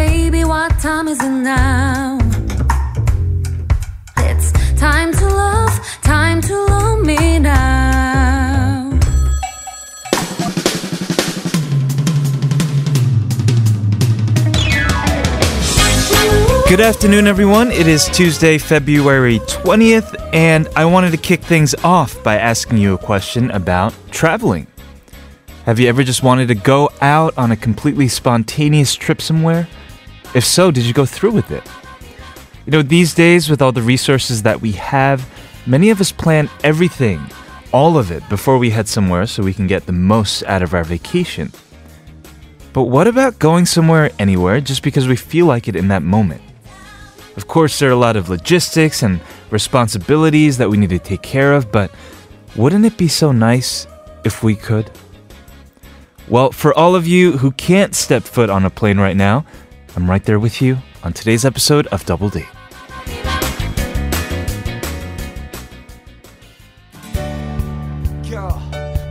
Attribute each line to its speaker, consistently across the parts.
Speaker 1: What time is it now? It's time to love, time to love me now.
Speaker 2: Good afternoon, everyone. It is Tuesday, February 20th, and I wanted to kick things off by asking you a question about traveling. Have you ever just wanted to go out on a completely spontaneous trip somewhere? If so, did you go through with it? You know, these days, with all the resources that we have, many of us plan everything, all of it, before we head somewhere so we can get the most out of our vacation. But what about going somewhere anywhere just because we feel like it in that moment? Of course, there are a lot of logistics and responsibilities that we need to take care of, but wouldn't it be so nice if we could? Well, for all of you who can't step foot on a plane right now, I'm right there with you on today's episode of Double D.
Speaker 3: Girl,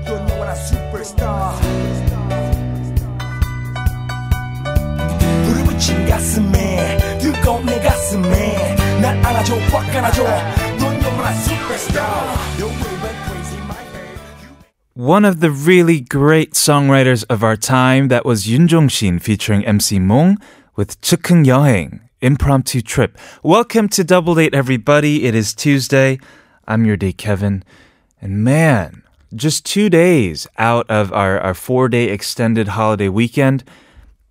Speaker 3: you're not a superstar. 부름을 친 가슴에 뜨거운 내 가슴에 날 안아줘 확 안아줘 넌 너무나 superstar. You wave crazy my head. You
Speaker 2: One of the really great songwriters of our time, that was Yun Jongshin featuring MC Mong with Chukung Yoheng, Impromptu Trip. Welcome to Double Date, everybody. It is Tuesday. I'm your day, Kevin. And man, just two days out of our, our four day extended holiday weekend.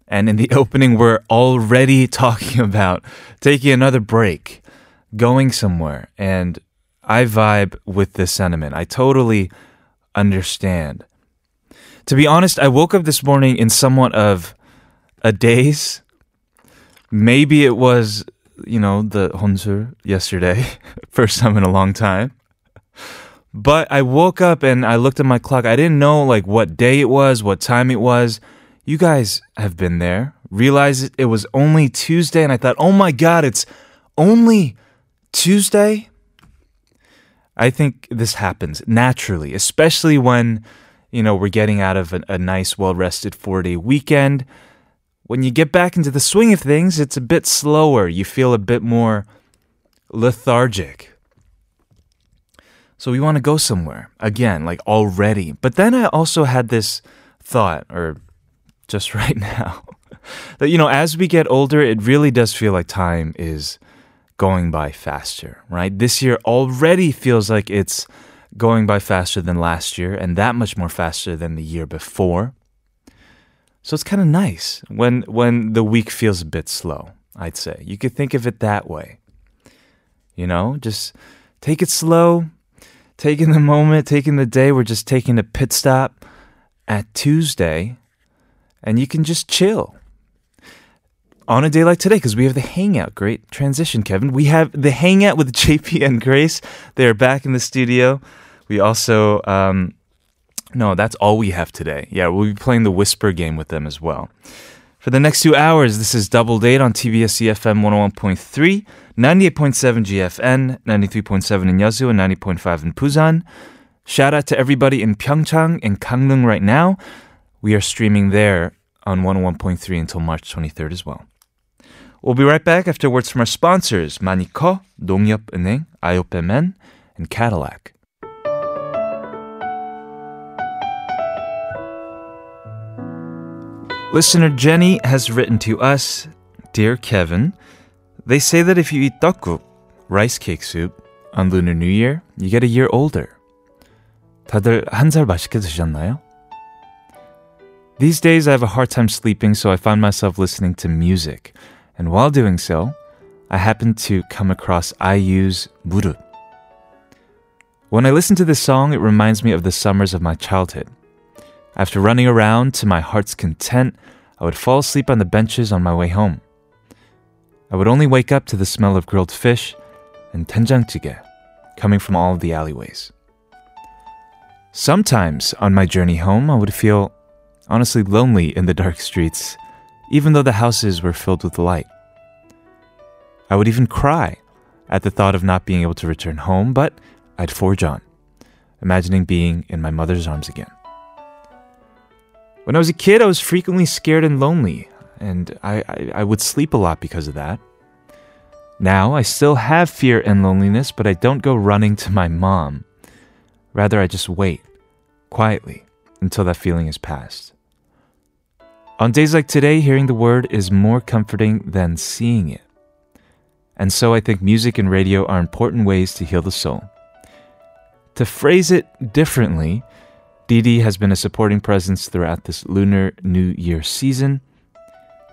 Speaker 2: And in the opening, we're already talking about taking another break, going somewhere. And I vibe with this sentiment. I totally understand. To be honest, I woke up this morning in somewhat of a daze. Maybe it was, you know, the Honsur yesterday, first time in a long time. But I woke up and I looked at my clock. I didn't know like what day it was, what time it was. You guys have been there. Realized it- it was only Tuesday and I thought, "Oh my god, it's only Tuesday?" I think this happens naturally, especially when, you know, we're getting out of a, a nice, well rested four day weekend. When you get back into the swing of things, it's a bit slower. You feel a bit more lethargic. So we want to go somewhere again, like already. But then I also had this thought, or just right now, that, you know, as we get older, it really does feel like time is going by faster, right? This year already feels like it's going by faster than last year and that much more faster than the year before. So it's kind of nice when when the week feels a bit slow, I'd say. You could think of it that way. You know, just take it slow, take in the moment, take in the day. We're just taking a pit stop at Tuesday and you can just chill on a day like today because we have the hangout. Great transition, Kevin. We have the hangout with JP and Grace. They are back in the studio. We also, um, no, that's all we have today. Yeah, we'll be playing the Whisper game with them as well. For the next two hours, this is Double Date on TBS EFM 101.3, 98.7 GFN, 93.7 in Yazoo, and 90.5 in Busan. Shout out to everybody in Pyeongchang and Gangneung right now. We are streaming there on 101.3 until March 23rd as well. We'll be right back after words from our sponsors, Maniko, 농협은행, IOPMN, and Cadillac. Listener Jenny has written to us, Dear Kevin, they say that if you eat 떡국, rice cake soup, on Lunar New Year, you get a year older. 다들 한 살 맛있게 드셨나요? These days, I have a hard time sleeping, so I find myself listening to music. And while doing so, I happen to come across IU's 무릎. When I listen to this song, it reminds me of the summers of my childhood. After running around to my heart's content, I would fall asleep on the benches on my way home. I would only wake up to the smell of grilled fish and tenjangjigae coming from all of the alleyways. Sometimes on my journey home, I would feel honestly lonely in the dark streets, even though the houses were filled with light. I would even cry at the thought of not being able to return home, but I'd forge on, imagining being in my mother's arms again. When I was a kid, I was frequently scared and lonely. and I, I, I would sleep a lot because of that. Now, I still have fear and loneliness, but I don't go running to my mom. Rather, I just wait, quietly, until that feeling is past. On days like today, hearing the word is more comforting than seeing it. And so I think music and radio are important ways to heal the soul. To phrase it differently, Didi has been a supporting presence throughout this Lunar New Year season,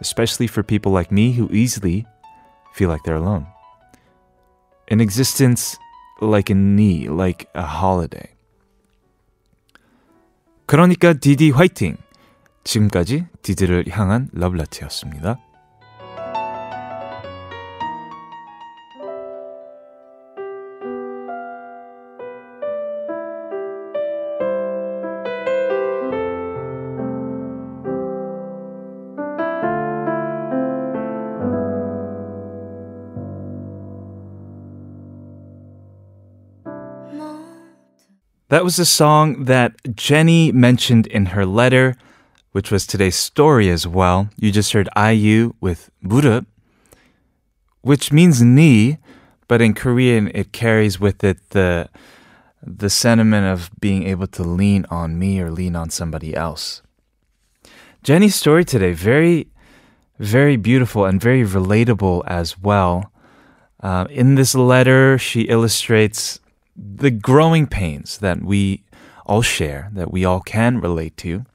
Speaker 2: especially for people like me who easily feel like they're alone. An existence like a knee, like a holiday. 그러니까 디디 화이팅! 지금까지 디디를 향한 러브라티였습니다. That was a song that Jenny mentioned in her letter, which was today's story as well. You just heard IU with 무릎, which means knee, but in Korean it carries with it the the sentiment of being able to lean on me or lean on somebody else. Jenny's story today very very beautiful and very relatable as well. Uh, in this letter, she illustrates the growing pains that we all share, that we all can relate to,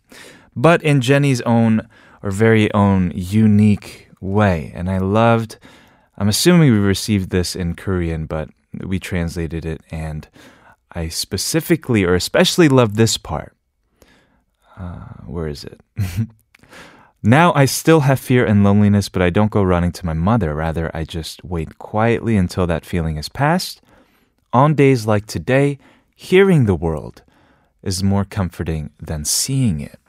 Speaker 2: but in Jenny's own or very own unique way. And I loved, I'm assuming we received this in Korean, but we translated it, and I specifically or especially love this part. Uh, where is it? Now I still have fear and loneliness, but I don't go running to my mother. Rather, I just wait quietly until that feeling is past. On days like today, hearing the world is more comforting than seeing it.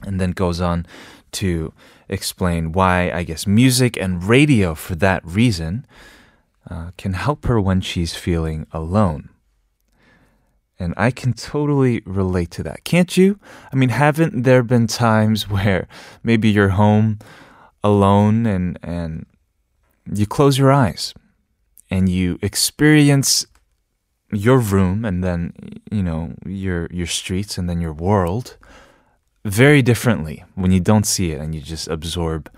Speaker 2: And then goes on to explain why, I guess, music and radio, for that reason, uh, can help her when she's feeling alone. And I can totally relate to that. Can't you? I mean, haven't there been times where maybe you're home alone and, and you close your eyes and you experience your room and then you know your your streets and then your world very differently when you don't see it and you just absorb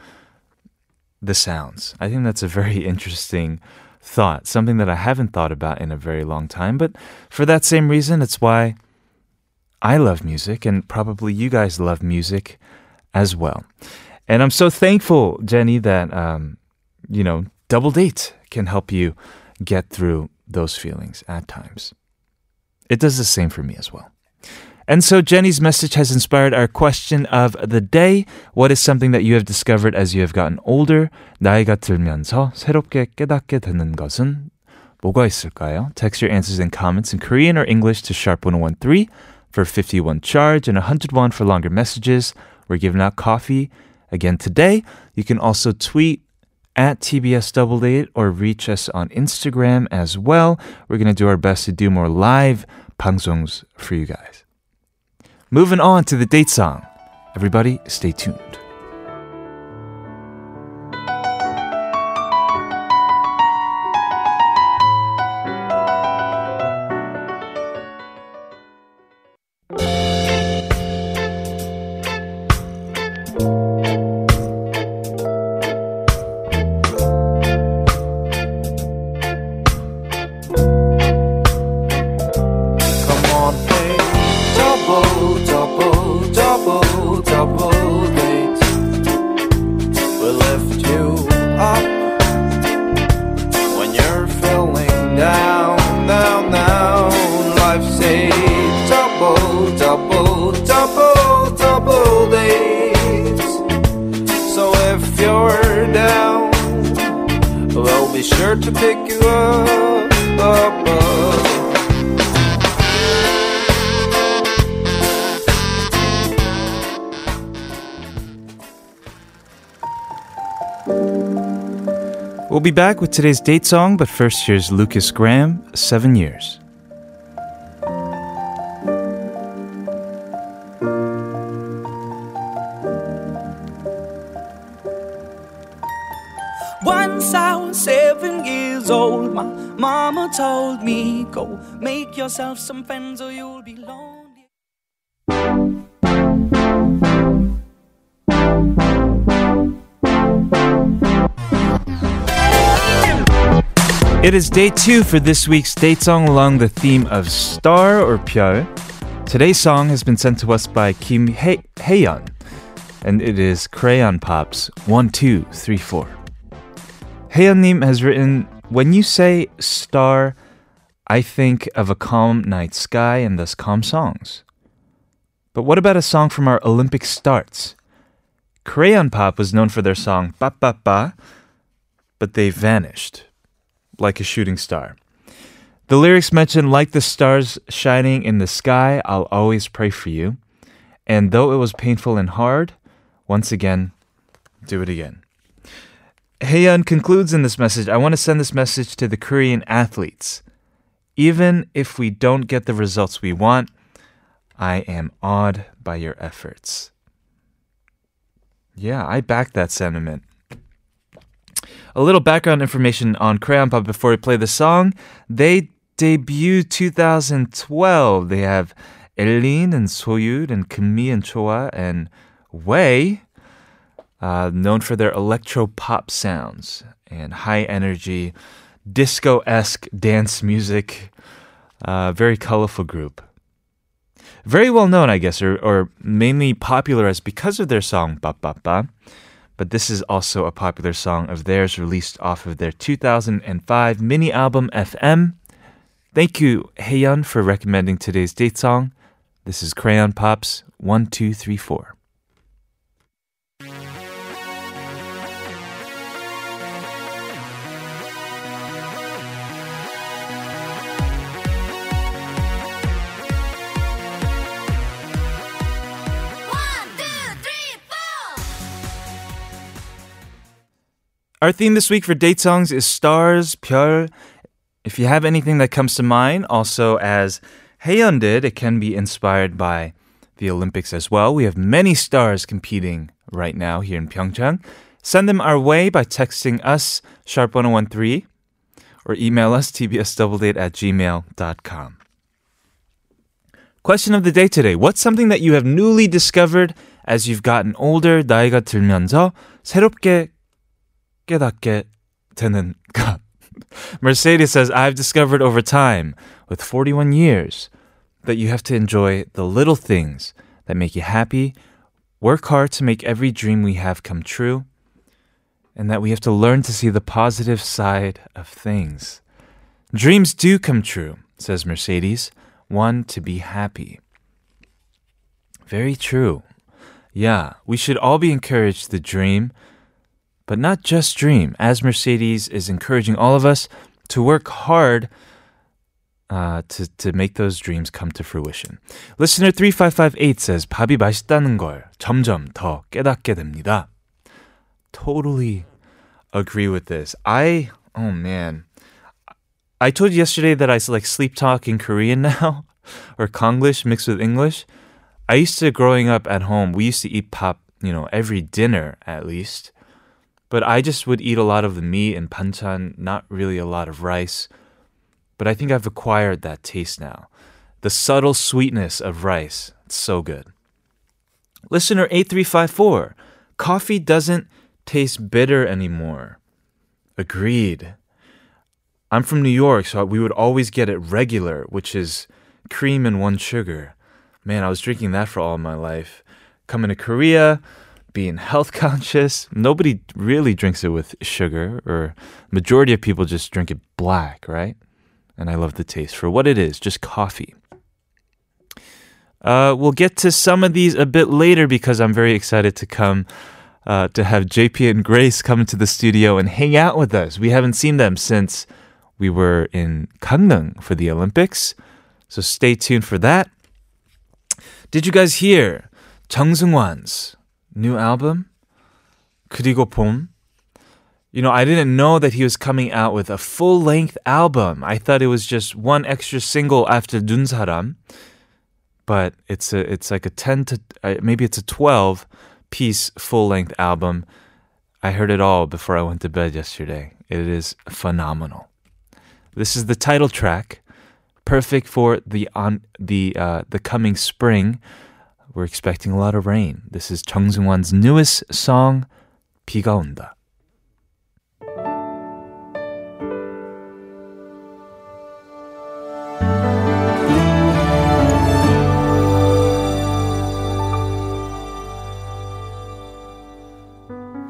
Speaker 2: the sounds. I think that's a very interesting thought, something that I haven't thought about in a very long time, but for that same reason it's why I love music and probably you guys love music as well. And I'm so thankful, Jenny, that um, you know, double date can help you get through those feelings at times. It does the same for me as well. And so Jenny's message has inspired our question of the day. What is something that you have discovered as you have gotten older? 나이가 들면서 새롭게 깨닫게 되는 것은 뭐가 있을까요? Text your answers and comments in Korean or English to sharp1013 for 51 charge and 101 for longer messages. We're giving out coffee again today. You can also tweet at TBS Double Date or reach us on Instagram as well. We're going to do our best to do more live 방송s for you guys. Moving on to the date song. Everybody, stay tuned.
Speaker 3: Come on, babe. Double, double, double, double date. We lift you up when you're feeling down, down, down. Life's a double, double, double, double date. So if you're down, we'll be sure to pick you up, up, up.
Speaker 2: We'll be back with today's date song, but first here's Lucas Graham, Seven Years.
Speaker 4: Once I was seven years old, my mama told me, Go make yourself some friends or you'll be lonely.
Speaker 2: It is day two for this week's date song along the theme of star or pyeol. Today's song has been sent to us by Kim Hae- Haeyeon, and it is Crayon Pop's One Two Three Four. Haeyeon님 has written, "When you say star, I think of a calm night sky and thus calm songs. But what about a song from our Olympic starts? Crayon Pop was known for their song Ba Ba Ba, but they vanished." like a shooting star. The lyrics mention, like the stars shining in the sky, I'll always pray for you. And though it was painful and hard, once again, do it again. Heian concludes in this message I want to send this message to the Korean athletes. Even if we don't get the results we want, I am awed by your efforts. Yeah, I back that sentiment. A little background information on Crayon Pop before we play the song. They debuted 2012. They have Elin and Soyud and Kimi and Choa and Wei, uh, known for their electro pop sounds and high energy, disco esque dance music. Uh, very colorful group. Very well known, I guess, or, or mainly popularized because of their song Ba Ba Ba but this is also a popular song of theirs released off of their 2005 mini album FM. Thank you, Heian, for recommending today's date song. This is Crayon Pops 1234.
Speaker 1: One, two, three, four.
Speaker 2: Our theme this week for date songs is stars, pyeol. If you have anything that comes to mind, also as Haeyeon did, it can be inspired by the Olympics as well. We have many stars competing right now here in Pyeongchang. Send them our way by texting us, sharp1013, or email us, tbsdoubledate at gmail.com. Question of the day today. What's something that you have newly discovered as you've gotten older, 나이가 들면서 새롭게 깨닫게 되는 것. Mercedes says, I've discovered over time, with 41 years, that you have to enjoy the little things that make you happy, work hard to make every dream we have come true, and that we have to learn to see the positive side of things. Dreams do come true, says Mercedes. One, to be happy. Very true. Yeah, we should all be encouraged to dream but not just dream, as Mercedes is encouraging all of us to work hard uh, to, to make those dreams come to fruition. Listener 3558 says, 밥이 맛있다는 걸 점점 더 깨닫게 됩니다. Totally agree with this. I, oh man. I told you yesterday that I s- like sleep talk in Korean now, or Konglish mixed with English. I used to, growing up at home, we used to eat pop, you know, every dinner at least. But I just would eat a lot of the meat and panchan, not really a lot of rice. But I think I've acquired that taste now. The subtle sweetness of rice. It's so good. Listener 8354 Coffee doesn't taste bitter anymore. Agreed. I'm from New York, so we would always get it regular, which is cream and one sugar. Man, I was drinking that for all my life. Coming to Korea, being health conscious, nobody really drinks it with sugar, or majority of people just drink it black, right? And I love the taste for what it is, just coffee. Uh, we'll get to some of these a bit later because I'm very excited to come uh, to have JP and Grace come into the studio and hang out with us. We haven't seen them since we were in Gangneung for the Olympics, so stay tuned for that. Did you guys hear Jung Seung-wan's new album? 그리고 봄. You know, I didn't know that he was coming out with a full-length album. I thought it was just one extra single after 눈 사람 but it's a it's like a 10 to uh, maybe it's a 12 piece full length album I heard it all before I went to bed yesterday. It is phenomenal. This is the title track, perfect for the on the uh, the coming spring. We're expecting a lot of rain. This is Chung Sung-wan's newest song, 비가 온다.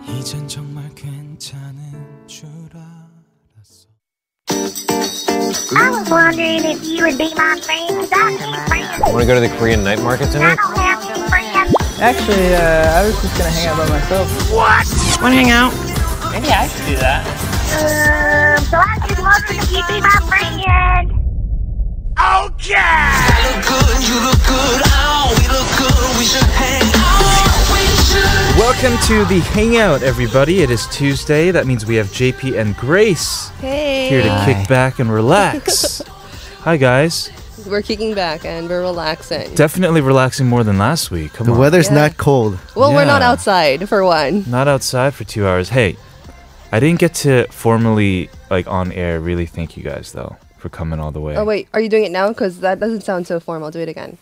Speaker 4: 이젠 정말 괜찮은 줄 알았어.
Speaker 5: I was wondering if you would be my friend, 'cause I need friends.
Speaker 6: Want to go to the Korean night market
Speaker 5: I
Speaker 6: tonight?
Speaker 5: don't have any friends.
Speaker 7: Actually, uh, I was just gonna hang out by myself.
Speaker 5: Um, so I just wondering if you'd be my friend.
Speaker 2: Welcome to the Hangout, everybody. It is Tuesday. That means we have JP and Grace here to kick back and relax. Hi, guys.
Speaker 8: We're kicking back and we're relaxing.
Speaker 2: Definitely relaxing more than last week. Come
Speaker 9: The
Speaker 2: on.
Speaker 9: weather's not cold.
Speaker 8: Well, we're not
Speaker 2: Yeah.
Speaker 8: outside for one.
Speaker 2: Not outside for two hours. Hey, I didn't get to formally, like, on air, really thank you guys, though, for coming all the way.
Speaker 8: Oh wait, are you doing it now? Because that doesn't sound so formal. Do it again.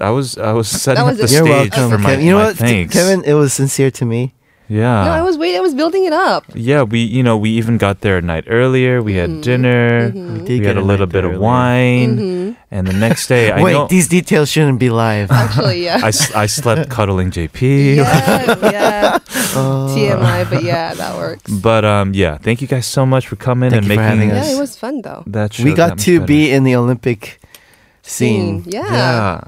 Speaker 2: I was I was setting
Speaker 8: That
Speaker 2: up
Speaker 8: was
Speaker 2: the
Speaker 8: it.
Speaker 9: You're
Speaker 2: stage
Speaker 9: welcome,
Speaker 2: for my,
Speaker 9: Kevin. You know
Speaker 2: my
Speaker 9: what,
Speaker 2: thanks.
Speaker 9: Kevin? It was sincere to me.
Speaker 2: Yeah.
Speaker 8: no, I was waiting. I was building it up.
Speaker 2: yeah, we you know, we even got there a night earlier. We
Speaker 8: Mm-hmm.
Speaker 2: had dinner.
Speaker 9: We,
Speaker 2: We
Speaker 9: did
Speaker 2: had a little
Speaker 9: night
Speaker 2: bit
Speaker 9: earlier.
Speaker 2: of wine.
Speaker 8: Mm-hmm.
Speaker 2: And the next day I
Speaker 9: Wait,
Speaker 2: know
Speaker 9: these details shouldn't be live.
Speaker 8: Actually, yeah.
Speaker 2: I, s- I slept cuddling JP.
Speaker 8: yeah, yeah.
Speaker 2: Uh.
Speaker 8: TMI, but yeah, that works.
Speaker 2: But um yeah, thank you guys so much for coming
Speaker 9: Thank
Speaker 2: and
Speaker 9: you for
Speaker 2: making
Speaker 9: having
Speaker 8: Yeah,
Speaker 9: us.
Speaker 8: it was fun though.
Speaker 2: that show that
Speaker 9: we got
Speaker 2: much
Speaker 9: to
Speaker 2: better.
Speaker 9: be in the Olympic scene.
Speaker 8: Scene, Mm, yeah.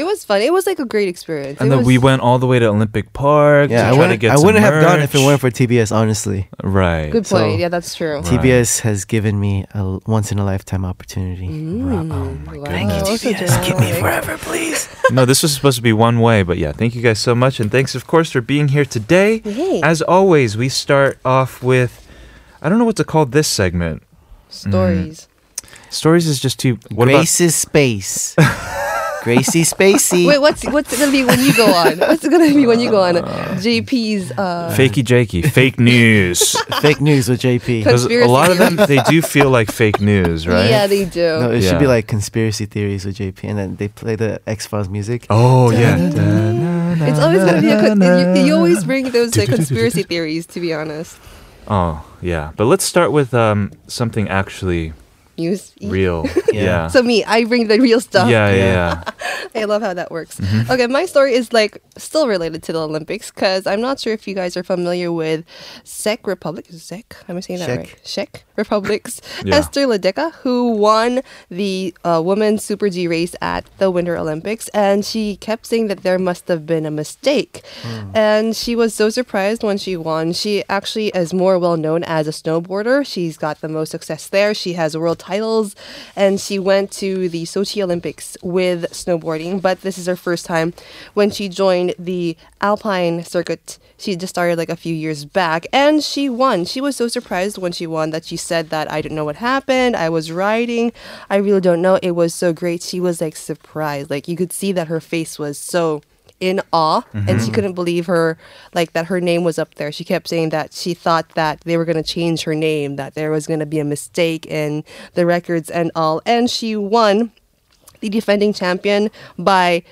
Speaker 8: It was fun. It was like a great experience.
Speaker 2: And
Speaker 8: it
Speaker 2: then we
Speaker 8: was,
Speaker 2: went all the way to Olympic Park
Speaker 9: Yeah,
Speaker 2: to try
Speaker 9: I
Speaker 2: to
Speaker 9: wouldn't,
Speaker 2: get
Speaker 9: I
Speaker 2: some
Speaker 9: wouldn't have gone if it
Speaker 2: merch.
Speaker 9: weren't for TBS, honestly.
Speaker 2: Right.
Speaker 8: Good point.
Speaker 9: so-
Speaker 8: yeah, that's true.
Speaker 2: Right.
Speaker 9: TBS has given me a l- once in a lifetime opportunity.
Speaker 8: Mm.
Speaker 2: Oh my
Speaker 8: Wow,
Speaker 2: goodness.
Speaker 8: so dramatic.
Speaker 9: forever, please.
Speaker 2: no, this was supposed to be one way, but yeah, thank you guys so much. And thanks, of course, for being here today.
Speaker 8: Yay.
Speaker 2: As always, we start off with I don't know what to call this segment.
Speaker 8: Stories.
Speaker 2: Stories is just too. What
Speaker 9: Grace's space. Gracie
Speaker 2: Mm.
Speaker 9: Spacey.
Speaker 8: Wait, what's what's it gonna be when you go on? What's it gonna be when you go on? JP's uh,
Speaker 2: about fakey jakey? Fake news.
Speaker 9: Fake news with JP.
Speaker 2: Because
Speaker 8: Cons-
Speaker 2: a lot of them, they do feel like fake news, right?
Speaker 8: Yeah, they do.
Speaker 9: No, it should be
Speaker 2: Yeah.
Speaker 9: like conspiracy theories with JP, and then they play the X Files music.
Speaker 2: Oh, yeah.
Speaker 8: It's always gonna be a con- you, you always bring those like conspiracy theories. To be honest,
Speaker 2: Oh, yeah. But let's start with um, something actually
Speaker 8: news.
Speaker 2: real.
Speaker 9: Yeah.
Speaker 2: yeah.
Speaker 8: So me, I bring the real
Speaker 2: yeah,
Speaker 8: stuff.
Speaker 2: yeah, Mm-hmm. yeah.
Speaker 9: Yeah.
Speaker 8: I love how that works. Okay, my story is like still related to the Olympics because I'm not sure if you guys are familiar with Czech Republic. Is it Czech? Am I saying that
Speaker 9: Czech.
Speaker 8: right? Czech Republic's
Speaker 2: Yeah.
Speaker 8: Esther Ledeca, who won the uh, women's Super G race at the Winter Olympics, and she kept saying that there must have been a mistake, and she was so surprised when she won. She actually is more well known as a snowboarder. She's got the most success there. She has world titles, and she went to the Sochi Olympics with snowboarding. But this is her first time when she joined the Alpine circuit. She just started like a few years back, and she won. She was so surprised when she won that she said that I didn't know what happened. I was riding. I really don't know. It was so great. She was like surprised. Like you could see that her face was so in awe and she couldn't believe her like that her name was up there she kept saying that she thought that they were going to change her name that there was going to be a mistake in the records and all and she won the defending champion by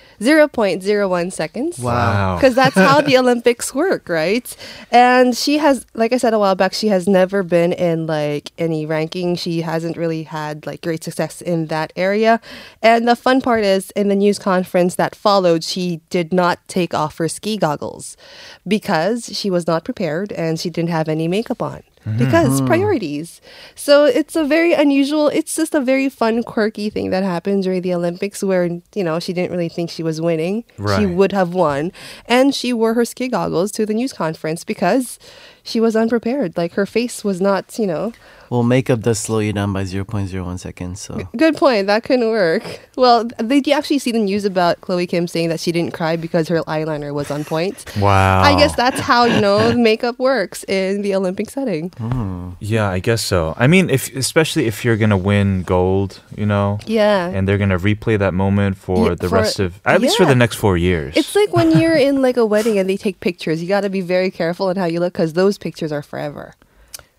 Speaker 8: 0.01 seconds
Speaker 9: Um,
Speaker 2: Wow.
Speaker 8: because that's how the Olympics work, right? And she has, like I said a while back, she has never been in like any ranking. She hasn't really had like great success in that area. And the fun part is, in the news conference that followed, she did not take off her ski goggles because she was not prepared and she didn't have any makeup on. Because priorities. So it's a very unusual, it's just a very fun, quirky thing that happened during the Olympics where, you know, she didn't really think she was winning. She
Speaker 2: Right.
Speaker 8: would have won. And she wore her ski goggles to the news conference because she was unprepared. Like her face was not, you know.
Speaker 9: Well, makeup does slow you down by 0.01 seconds, so
Speaker 8: Good point. That couldn't work. Well, did you actually see the news about Chloe Kim saying that she didn't cry because her eyeliner was on point?
Speaker 2: Wow.
Speaker 8: I guess that's how, you know, makeup works in the Olympic setting.
Speaker 2: Mm. Yeah, I guess so. I mean, if especially if you're gonna win gold, you know,
Speaker 8: Yeah.
Speaker 2: and they're gonna replay that moment for
Speaker 8: Yeah,
Speaker 2: the
Speaker 8: for-
Speaker 2: rest of at least for
Speaker 8: yeah.
Speaker 2: the next four years.
Speaker 8: It's like when you're in like a wedding and they take pictures. You got to be very careful on how you look because those those pictures are forever.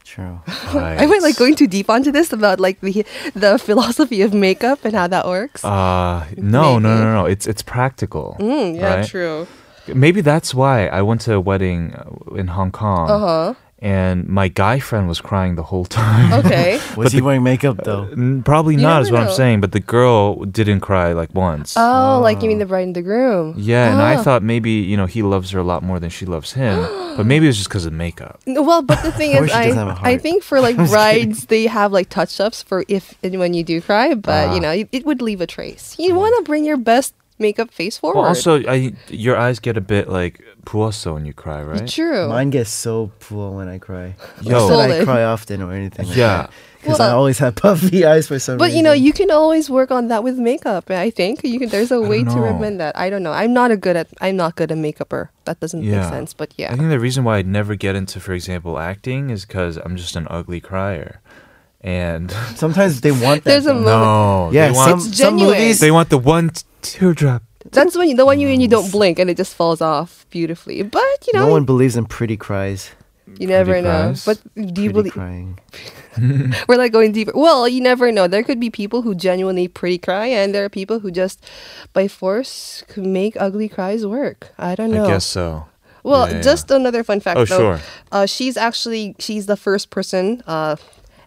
Speaker 9: True.
Speaker 8: I went like going too deep onto this about like the the philosophy of makeup and how that works.
Speaker 2: Uh, no, no, no,
Speaker 8: Maybe.
Speaker 2: no, It's it's practical.
Speaker 8: Mm, yeah,
Speaker 2: right?
Speaker 8: true.
Speaker 2: Maybe that's why I went to a wedding uh, in Hong Kong,
Speaker 8: Uh huh.
Speaker 2: and my guy friend was crying the whole time.
Speaker 8: Okay.
Speaker 9: Was he wearing makeup though?
Speaker 2: N- Probably
Speaker 8: You
Speaker 2: not,
Speaker 8: never
Speaker 2: is what I'm
Speaker 8: know.
Speaker 2: saying. But the girl didn't cry like once.
Speaker 8: oh, like you mean the bride and the groom?
Speaker 2: yeah, and I
Speaker 8: Ah.
Speaker 2: thought maybe you know he loves her a lot more than she loves him, but maybe it's just because of makeup.
Speaker 8: No, Well, but the thing is,
Speaker 9: Or she doesn't
Speaker 8: I,
Speaker 9: have a
Speaker 8: I
Speaker 9: heart.
Speaker 8: think for like brides, they have like touch ups for if and when you do cry, but you know, it, it would leave a trace. You want to bring your best makeup face forward.
Speaker 2: Well, also, I, your eyes get a bit like puoso when you cry, right?
Speaker 8: true.
Speaker 9: Mine gets so full when I cry.
Speaker 2: Yo.
Speaker 9: Not that I
Speaker 8: Solid.
Speaker 9: cry often or anything.
Speaker 2: Yeah.
Speaker 9: Because I
Speaker 8: Well-
Speaker 9: always have puffy eyes for some
Speaker 8: but you
Speaker 9: reason.
Speaker 8: know, you can always work on that with makeup. I think you can. There's a way to
Speaker 2: know.
Speaker 8: recommend that. I don't know. I'm not a good at. I'm not good at makeupper. That doesn't
Speaker 2: Yeah.
Speaker 8: make sense. But
Speaker 2: I
Speaker 8: yeah.
Speaker 2: think the reason why I'd never get into, for example, acting is because I'm just an ugly crier, and
Speaker 9: sometimes they want that.
Speaker 8: There's a
Speaker 9: though.
Speaker 2: no,
Speaker 8: moment.
Speaker 2: Oh, they
Speaker 9: yeah,
Speaker 2: want
Speaker 9: some,
Speaker 8: It's
Speaker 9: some
Speaker 8: genuine.
Speaker 9: movies
Speaker 2: they want the one t- teardrop.
Speaker 8: That's when you, the one you when you don't blink and it just falls off beautifully. But you know,
Speaker 9: no one believes in pretty cries.
Speaker 8: you never know.
Speaker 2: cries.
Speaker 8: But do you
Speaker 9: Pretty
Speaker 8: believe?
Speaker 9: crying.
Speaker 8: We're like going deeper. Well, you never know. There could be people who genuinely pretty cry, and there are people who just, by force, could make ugly cries work. I don't know.
Speaker 2: I guess so.
Speaker 8: Well,
Speaker 2: Yeah, yeah,
Speaker 8: just another fun fact.
Speaker 2: Oh,
Speaker 8: though.
Speaker 2: sure.
Speaker 8: Uh, she's actually she's the first person. Uh,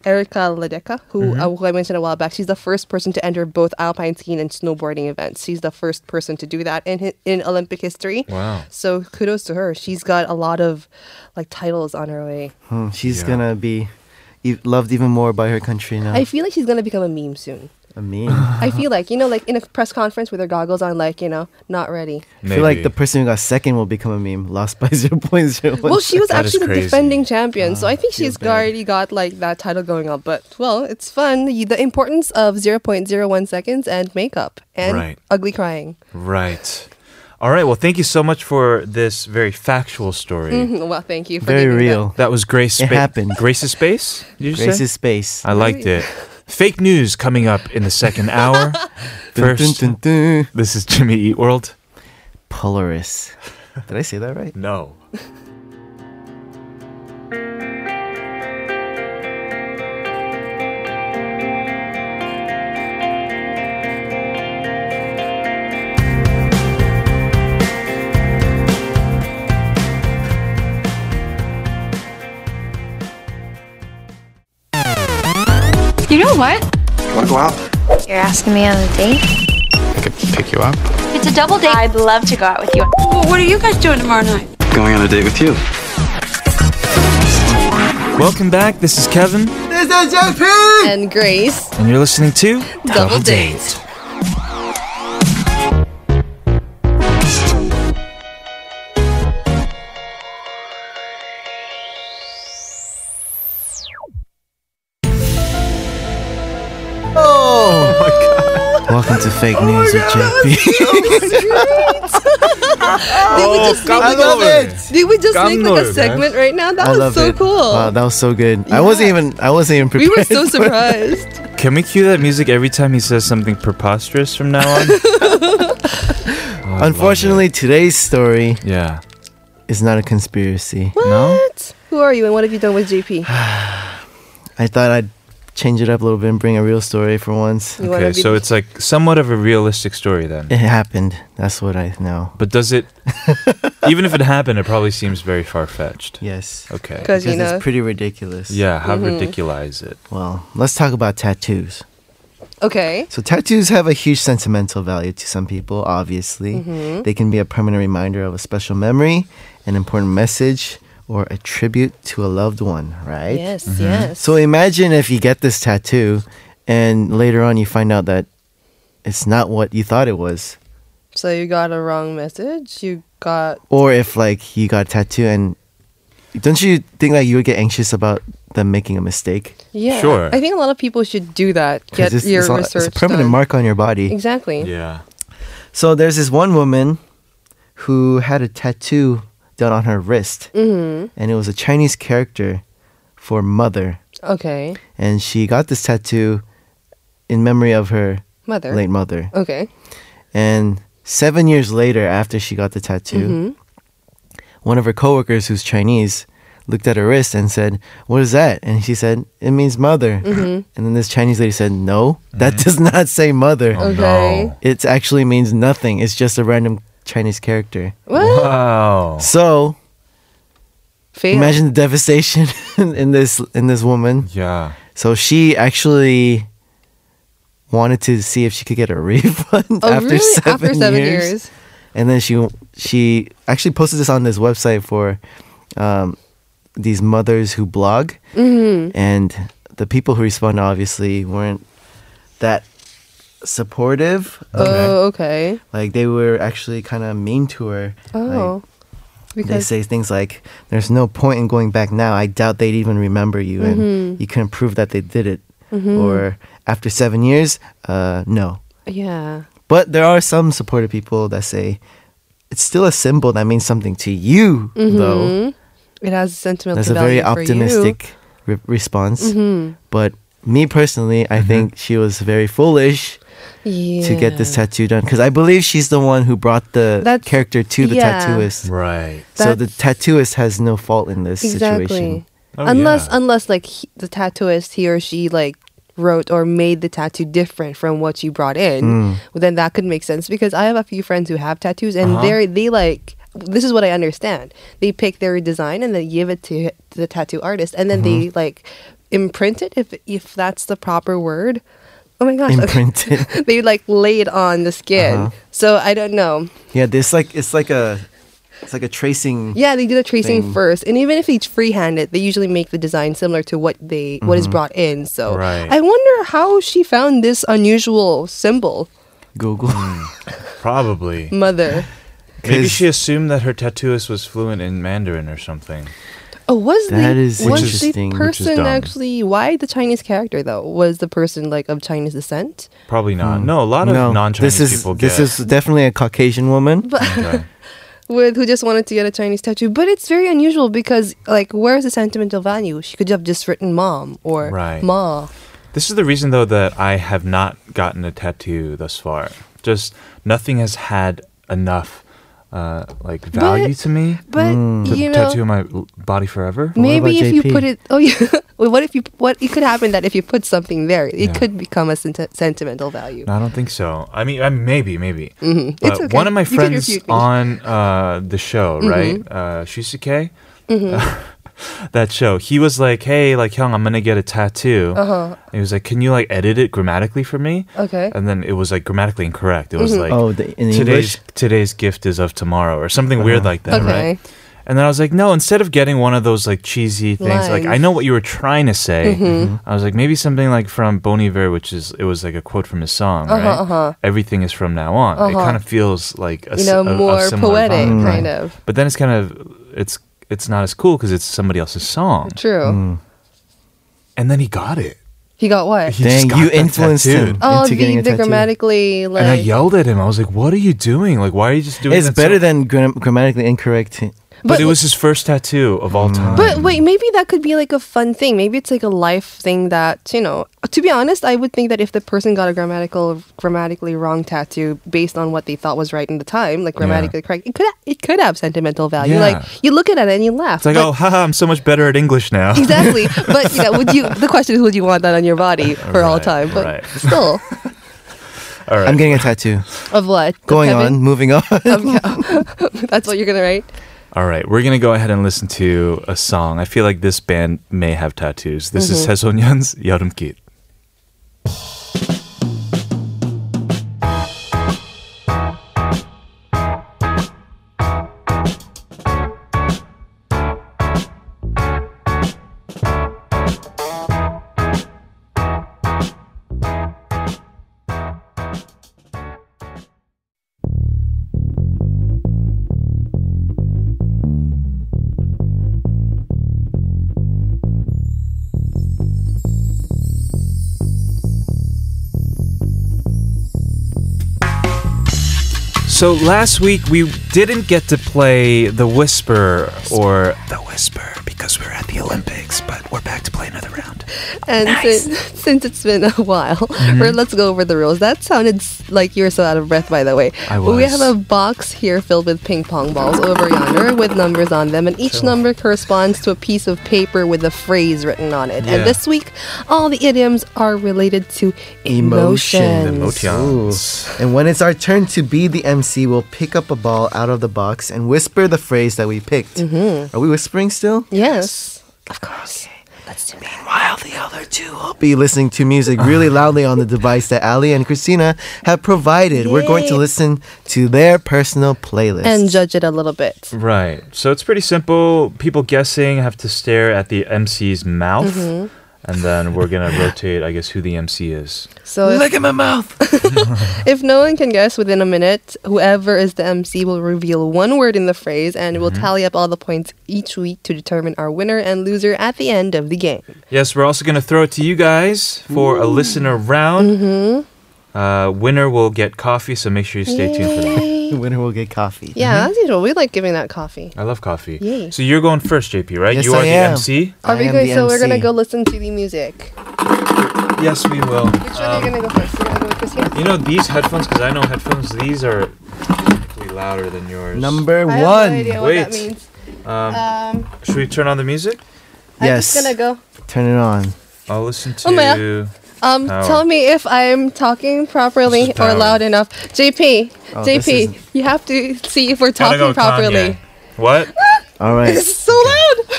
Speaker 8: Erica Ledeca,
Speaker 2: Mm-hmm.
Speaker 8: who, uh, who I mentioned a while back, she's the first person to enter both alpine skiing and snowboarding events. She's the first person to do that in hi- in Olympic history.
Speaker 2: Wow.
Speaker 8: So kudos to her. She's got a lot of like titles on her way.
Speaker 9: Hmm, she's
Speaker 2: Yeah.
Speaker 9: gonna be e- loved even more by her country now.
Speaker 8: I feel like she's gonna become a meme soon.
Speaker 9: I mean, I
Speaker 8: I feel like you know, like in a press conference with her goggles on, like you know, not ready.
Speaker 2: Maybe.
Speaker 9: feel like the person who got second will become a meme. Lost by zero point zero.
Speaker 8: Well, she was
Speaker 2: That is
Speaker 8: actually the
Speaker 2: crazy.
Speaker 8: defending champion, so I think she's
Speaker 9: feels bad.
Speaker 8: already got like that title going on. But well, it's fun. You- The importance of zero point zero one seconds and makeup and
Speaker 2: Right.
Speaker 8: ugly crying.
Speaker 2: right. All right. Well, thank you so much for this very factual story.
Speaker 8: Mhm, well, thank you. For
Speaker 9: very
Speaker 8: giving that.
Speaker 9: real.
Speaker 2: That was Grace.
Speaker 9: Mm-hmm. It happened.
Speaker 2: Grace's space. Did you say?
Speaker 9: Grace's space.
Speaker 2: I liked it. Fake news coming up in the second hour.
Speaker 9: Dun, dun,
Speaker 2: First,
Speaker 9: dun, dun.
Speaker 2: this is Jimmy Eat World.
Speaker 9: Polaris. Did I say that right?
Speaker 2: No.
Speaker 6: You know what?
Speaker 10: Want to go out?
Speaker 5: You're asking me on a date?
Speaker 10: I could pick you up.
Speaker 6: It's a double date. I'd love to go out with you. Well, what are you guys doing tomorrow night?
Speaker 10: Going on a date with you.
Speaker 2: Welcome back. This is Kevin,
Speaker 8: And Grace,
Speaker 2: and you're listening to Double,
Speaker 8: Date.
Speaker 2: Oh my god.
Speaker 9: Welcome to fake
Speaker 8: Oh
Speaker 9: news with JP.
Speaker 8: did we
Speaker 9: Oh,
Speaker 8: just
Speaker 2: I
Speaker 8: make,
Speaker 2: love it.
Speaker 8: did we just make like
Speaker 2: Gangnor, man.
Speaker 8: a segment right now? That
Speaker 9: I
Speaker 8: was
Speaker 9: love
Speaker 8: so
Speaker 9: it.
Speaker 8: cool.
Speaker 9: Wow, that was so good. I wasn't even. I wasn't even
Speaker 8: we
Speaker 9: prepared.
Speaker 8: were so
Speaker 9: for-
Speaker 8: surprised.
Speaker 2: Can we cue that music every time he says something preposterous from now on? Oh, I
Speaker 9: Unfortunately, today's story
Speaker 2: love it. yeah.
Speaker 9: is not a conspiracy.
Speaker 2: No.
Speaker 8: What? Who are you and what have you done with JP?
Speaker 9: I thought I'd change it up a little bit and bring a real story for once.
Speaker 8: You wanna
Speaker 2: Okay,
Speaker 8: be
Speaker 2: so it's like somewhat of a realistic story then.
Speaker 9: It happened. That's what I know.
Speaker 2: But does it? even if it happened, it probably seems very far fetched.
Speaker 9: Yes.
Speaker 2: Okay.
Speaker 8: because you
Speaker 9: Because
Speaker 8: know.
Speaker 9: it's pretty ridiculous.
Speaker 2: Yeah. How ridiculous is it?
Speaker 9: Well, let's talk about tattoos.
Speaker 8: okay.
Speaker 9: So tattoos have a huge sentimental value to some people, obviously.
Speaker 8: Mm-hmm.
Speaker 9: They can be a permanent reminder of a special memory, an important message, or a tribute to a loved one, right? Mm-hmm.
Speaker 8: Yes. Yes.
Speaker 9: So imagine if you get this tattoo and later on you find out that it's not what you thought it was.
Speaker 8: so you got a wrong message. You got
Speaker 9: Or if like you got a tattoo and don't you think like you would get anxious about them making a mistake?
Speaker 8: Yeah,
Speaker 2: Sure.
Speaker 8: I think a lot of people should do that.
Speaker 9: 'Cause
Speaker 8: Get your
Speaker 9: a-
Speaker 8: research.
Speaker 9: it's a permanent
Speaker 8: done.
Speaker 9: mark on your body.
Speaker 8: Exactly.
Speaker 2: Yeah.
Speaker 9: So there's this one woman who had a tattoo done on her wrist, and it was a Chinese character for mother,
Speaker 8: Okay,
Speaker 9: and she got this tattoo in memory of her
Speaker 8: mother.
Speaker 9: late mother.
Speaker 8: Okay.
Speaker 9: And seven years later, after she got the tattoo, one of her coworkers who's Chinese looked at her wrist and said, What is that? And she said, It means mother.
Speaker 8: Mhm.
Speaker 9: And then this Chinese lady said, No, that does not say mother.
Speaker 8: Oh, Okay. no.
Speaker 9: It actually means nothing. It's just a random Chinese character.
Speaker 8: What?
Speaker 2: Wow.
Speaker 9: So
Speaker 8: Fail.
Speaker 9: imagine the devastation in, in this in this woman.
Speaker 2: Yeah.
Speaker 9: So she actually wanted to see if she could get a refund
Speaker 8: Oh,
Speaker 9: after,
Speaker 8: really?
Speaker 9: seven
Speaker 8: After seven
Speaker 9: years.
Speaker 8: years?
Speaker 9: And then she she actually posted this on this website for um, these mothers who blog,
Speaker 8: Mhm.
Speaker 9: and the people who responded obviously weren't that supportive. of her.
Speaker 8: Oh, okay.
Speaker 9: Like they were actually kind of mean to her.
Speaker 8: Oh.
Speaker 9: Like,
Speaker 8: because
Speaker 9: they say things like, "There's no point in going back now. I doubt they'd even remember you, and
Speaker 8: Mhm.
Speaker 9: you couldn't prove that they did it."
Speaker 8: Mhm.
Speaker 9: Or after seven years, uh, no.
Speaker 8: yeah.
Speaker 9: But there are some supportive people that say it's still a symbol that means something to you, though.
Speaker 8: Mhm. It has a sentimental
Speaker 9: That's a
Speaker 8: value for
Speaker 9: very
Speaker 8: you.
Speaker 9: optimistic re- response.
Speaker 8: Mhm.
Speaker 9: But me personally, I think she was very foolish
Speaker 8: Yeah.
Speaker 9: to get this tattoo done because I believe she's the one who brought the
Speaker 8: That's-
Speaker 9: character to the
Speaker 8: yeah.
Speaker 9: tattooist.
Speaker 2: Right.
Speaker 9: so the
Speaker 8: That's-
Speaker 9: tattooist has no fault in this
Speaker 8: Exactly.
Speaker 9: situation.
Speaker 2: Oh,
Speaker 8: unless
Speaker 2: yeah.
Speaker 8: unless like he, the tattooist he or she like wrote or made the tattoo different from what you brought in
Speaker 2: Hmm.
Speaker 8: well, then that could make sense because i have a few friends who have tattoos and
Speaker 2: Uh-huh.
Speaker 8: they're they like this is what i understand they pick their design and then give it to the tattoo artist and then
Speaker 2: Uh-huh.
Speaker 8: they like imprint it if if that's the proper word oh my gosh okay.
Speaker 9: Imprinted.
Speaker 8: they like lay it on the
Speaker 2: Uh-huh.
Speaker 8: skin so i don't know
Speaker 9: yeah, this like it's like a it's like a tracing.
Speaker 8: yeah, they did a tracing
Speaker 9: thing.
Speaker 8: first, and even if it's freehanded, they usually make the design similar to what they what
Speaker 9: Mm-hmm.
Speaker 8: is brought in. So
Speaker 2: Right.
Speaker 8: I wonder how she found this unusual symbol,
Speaker 9: Google.
Speaker 2: Probably.
Speaker 8: Mm. mother.
Speaker 2: Hmm. Maybe
Speaker 9: 'Cause-
Speaker 2: she assumed that her tattooist was fluent in Mandarin or something.
Speaker 8: Oh, was
Speaker 9: That
Speaker 8: the
Speaker 9: is
Speaker 8: was the
Speaker 9: interesting, which is
Speaker 8: person
Speaker 2: dumb.
Speaker 8: actually? Why the Chinese character though? Was the person like of Chinese descent?
Speaker 2: Probably not. No, a lot of non-Chinese
Speaker 9: this is,
Speaker 2: people
Speaker 9: This
Speaker 2: get.
Speaker 9: is definitely a Caucasian woman.
Speaker 2: Okay.
Speaker 8: with who just wanted to get a Chinese tattoo. But it's very unusual because like where's the sentimental value? She could have just written mom or
Speaker 2: Right.
Speaker 8: ma.
Speaker 2: This is the reason, though, that I have not gotten a tattoo thus far. Just nothing has had enough, uh, like value to me.
Speaker 8: But
Speaker 9: Mm.
Speaker 2: To
Speaker 8: you know,
Speaker 2: tattoo my l- body forever.
Speaker 9: what
Speaker 8: Maybe
Speaker 9: about
Speaker 8: if you
Speaker 9: JP?
Speaker 8: put it, oh yeah. Wait, what if you what it could happen that if you put something there, it
Speaker 2: Yeah.
Speaker 8: could become a senti- sentimental value.
Speaker 2: No, I don't think so. I mean, I maybe, maybe.
Speaker 8: Mm-hmm. It's
Speaker 2: But
Speaker 8: okay.
Speaker 2: One of my
Speaker 8: You can
Speaker 2: friends
Speaker 8: refute me.
Speaker 2: on uh, the show,
Speaker 8: Mm-hmm.
Speaker 2: right? Uh, Shusuke. that show. He was like, "Hey, like, Hyung, I'm gonna get a tattoo." Uh-huh. He was like, "Can you like edit it grammatically for me?"
Speaker 8: Okay. Mm-hmm.
Speaker 2: And then it was like grammatically incorrect. It was like,
Speaker 9: oh, the, in
Speaker 2: today's
Speaker 9: English.
Speaker 2: today's gift is of tomorrow or something weird like that,
Speaker 8: Uh-huh. Okay.
Speaker 2: right? And then I was like, no, instead of getting one of those like cheesy things, like I
Speaker 8: Lines.
Speaker 2: know what you were trying to say.
Speaker 8: Mm-hmm.
Speaker 2: I was like, maybe something like from Bon Iver, which is it was like a quote from his song,
Speaker 8: Uh-huh,
Speaker 2: right? Everything is from now on. It kind of feels like a,
Speaker 8: You
Speaker 2: s-
Speaker 8: know,
Speaker 2: a- a
Speaker 8: more
Speaker 2: similar Mm. vibe,
Speaker 8: poetic
Speaker 2: right?
Speaker 8: kind of.
Speaker 2: But then it's kind of it's it's not as cool because it's somebody else's song.
Speaker 8: True.
Speaker 2: Mm. And then he got it.
Speaker 8: He got what?
Speaker 2: He just
Speaker 9: Dang,
Speaker 2: got
Speaker 9: you
Speaker 2: that
Speaker 9: influenced
Speaker 2: tattoo.
Speaker 9: him.
Speaker 8: oh,
Speaker 9: into getting
Speaker 8: the,
Speaker 9: a
Speaker 8: the
Speaker 9: tattoo.
Speaker 8: grammatically like.
Speaker 2: And I yelled at him. I was like, "What are you doing? Like, why are you just doing?"
Speaker 9: It's
Speaker 2: that
Speaker 9: better
Speaker 2: so-
Speaker 9: than gram- grammatically incorrect.
Speaker 2: But, it was his first tattoo of all time.
Speaker 8: But wait, maybe that could be like a fun thing. Maybe it's like a life thing that you know. To be honest, I would think that if the person got a grammatical, grammatically wrong tattoo based on what they thought was right in the time, like grammatically correct, it could it could have sentimental value.
Speaker 2: Yeah.
Speaker 8: Like you look at it and you
Speaker 2: It's
Speaker 8: laugh.
Speaker 2: like,
Speaker 8: but-
Speaker 2: oh, haha, I'm so much better at English now.
Speaker 8: exactly. But you know, would you? The question is, would you want that on your body for all
Speaker 2: Right,
Speaker 8: time? But
Speaker 2: right.
Speaker 8: still,
Speaker 2: All right.
Speaker 9: I'm getting a tattoo.
Speaker 8: of what? Of
Speaker 9: Going on,
Speaker 8: heaven?
Speaker 9: moving on.
Speaker 8: That's what you're gonna write.
Speaker 2: All right. We're going to go ahead and listen to a song. I feel like this band may have tattoos. This is Hesonyeon's 여름길. So last week we didn't get to play The Whisper or The Whisper because we were at the Olympics, but we're back to play another round.
Speaker 8: And since, since it's been a while,
Speaker 2: Mm-hmm.
Speaker 8: or let's go over the rules. That sounded s- like you were so out of breath, by the way.
Speaker 2: I
Speaker 8: We
Speaker 2: was.
Speaker 8: have a box here filled with ping pong balls over yonder with numbers on them, and each number corresponds to a piece of paper with a phrase written on it.
Speaker 11: Yeah.
Speaker 8: And this week, all the idioms are related to emotions.
Speaker 11: Emotions.
Speaker 9: Ooh. And when it's our turn to be the MC, we'll pick up a ball out of the box and whisper the phrase that we picked.
Speaker 8: Mm-hmm.
Speaker 9: Are we whispering still?
Speaker 8: Yes, of course. Let's do that.
Speaker 9: Meanwhile, the other two will be listening to music really loudly on the device that Ali and Christina have provided. We're going to
Speaker 8: Yay.
Speaker 9: listen to their personal playlist.
Speaker 8: And judge it a little bit.
Speaker 2: Right. So it's pretty simple. People guessing have to stare at the MC's mouth. And then we're going to rotate, I guess, who the MC is.
Speaker 8: So if-
Speaker 9: Look at my mouth.
Speaker 8: If no one can guess within a minute, whoever is the MC will reveal one word in the phrase and we'll
Speaker 2: Mm-hmm.
Speaker 8: tally up all the points each week to determine our winner and loser at the end of the game.
Speaker 2: Yes, we're also going to throw it to you guys for a listener round.
Speaker 8: Mm-hmm.
Speaker 2: Uh, winner will get coffee, so make sure you stay tuned for that. Mm-hmm.
Speaker 9: The winner will get coffee.
Speaker 8: Yeah, as usual, we like giving that coffee.
Speaker 2: I love coffee.
Speaker 8: Yay.
Speaker 2: So you're going first, JP, right?
Speaker 9: Yes,
Speaker 2: you are
Speaker 9: I
Speaker 2: the
Speaker 9: am.
Speaker 2: MC?
Speaker 8: Are
Speaker 9: I
Speaker 8: we
Speaker 9: am
Speaker 8: going?
Speaker 9: the
Speaker 8: So we're gonna
Speaker 9: MC.
Speaker 8: go listen to the music.
Speaker 2: Yes, we will.
Speaker 8: Which one
Speaker 2: Um,
Speaker 8: are you gonna go first? You're gonna go with Christina?
Speaker 2: You know these headphones, because I know headphones, these are technically louder than yours.
Speaker 9: Mm-hmm. Number
Speaker 8: I have no
Speaker 9: one.
Speaker 8: idea what that
Speaker 2: Wait.
Speaker 8: means.
Speaker 2: Um,
Speaker 8: Um,
Speaker 2: should we turn on the music?
Speaker 8: I'm
Speaker 9: Yes.
Speaker 8: just gonna go.
Speaker 9: Turn it on.
Speaker 2: I'll listen to.
Speaker 8: Oh, my- Um,
Speaker 2: Power.
Speaker 8: tell me if I'm talking
Speaker 2: This
Speaker 8: properly
Speaker 2: is
Speaker 8: or
Speaker 2: power.
Speaker 8: loud enough. JP,
Speaker 9: Oh, this
Speaker 8: JP,
Speaker 9: isn't-
Speaker 8: you have to see if we're
Speaker 2: Gotta go
Speaker 8: talking properly.
Speaker 2: Kanye. What?
Speaker 9: All right.
Speaker 8: This is so loud.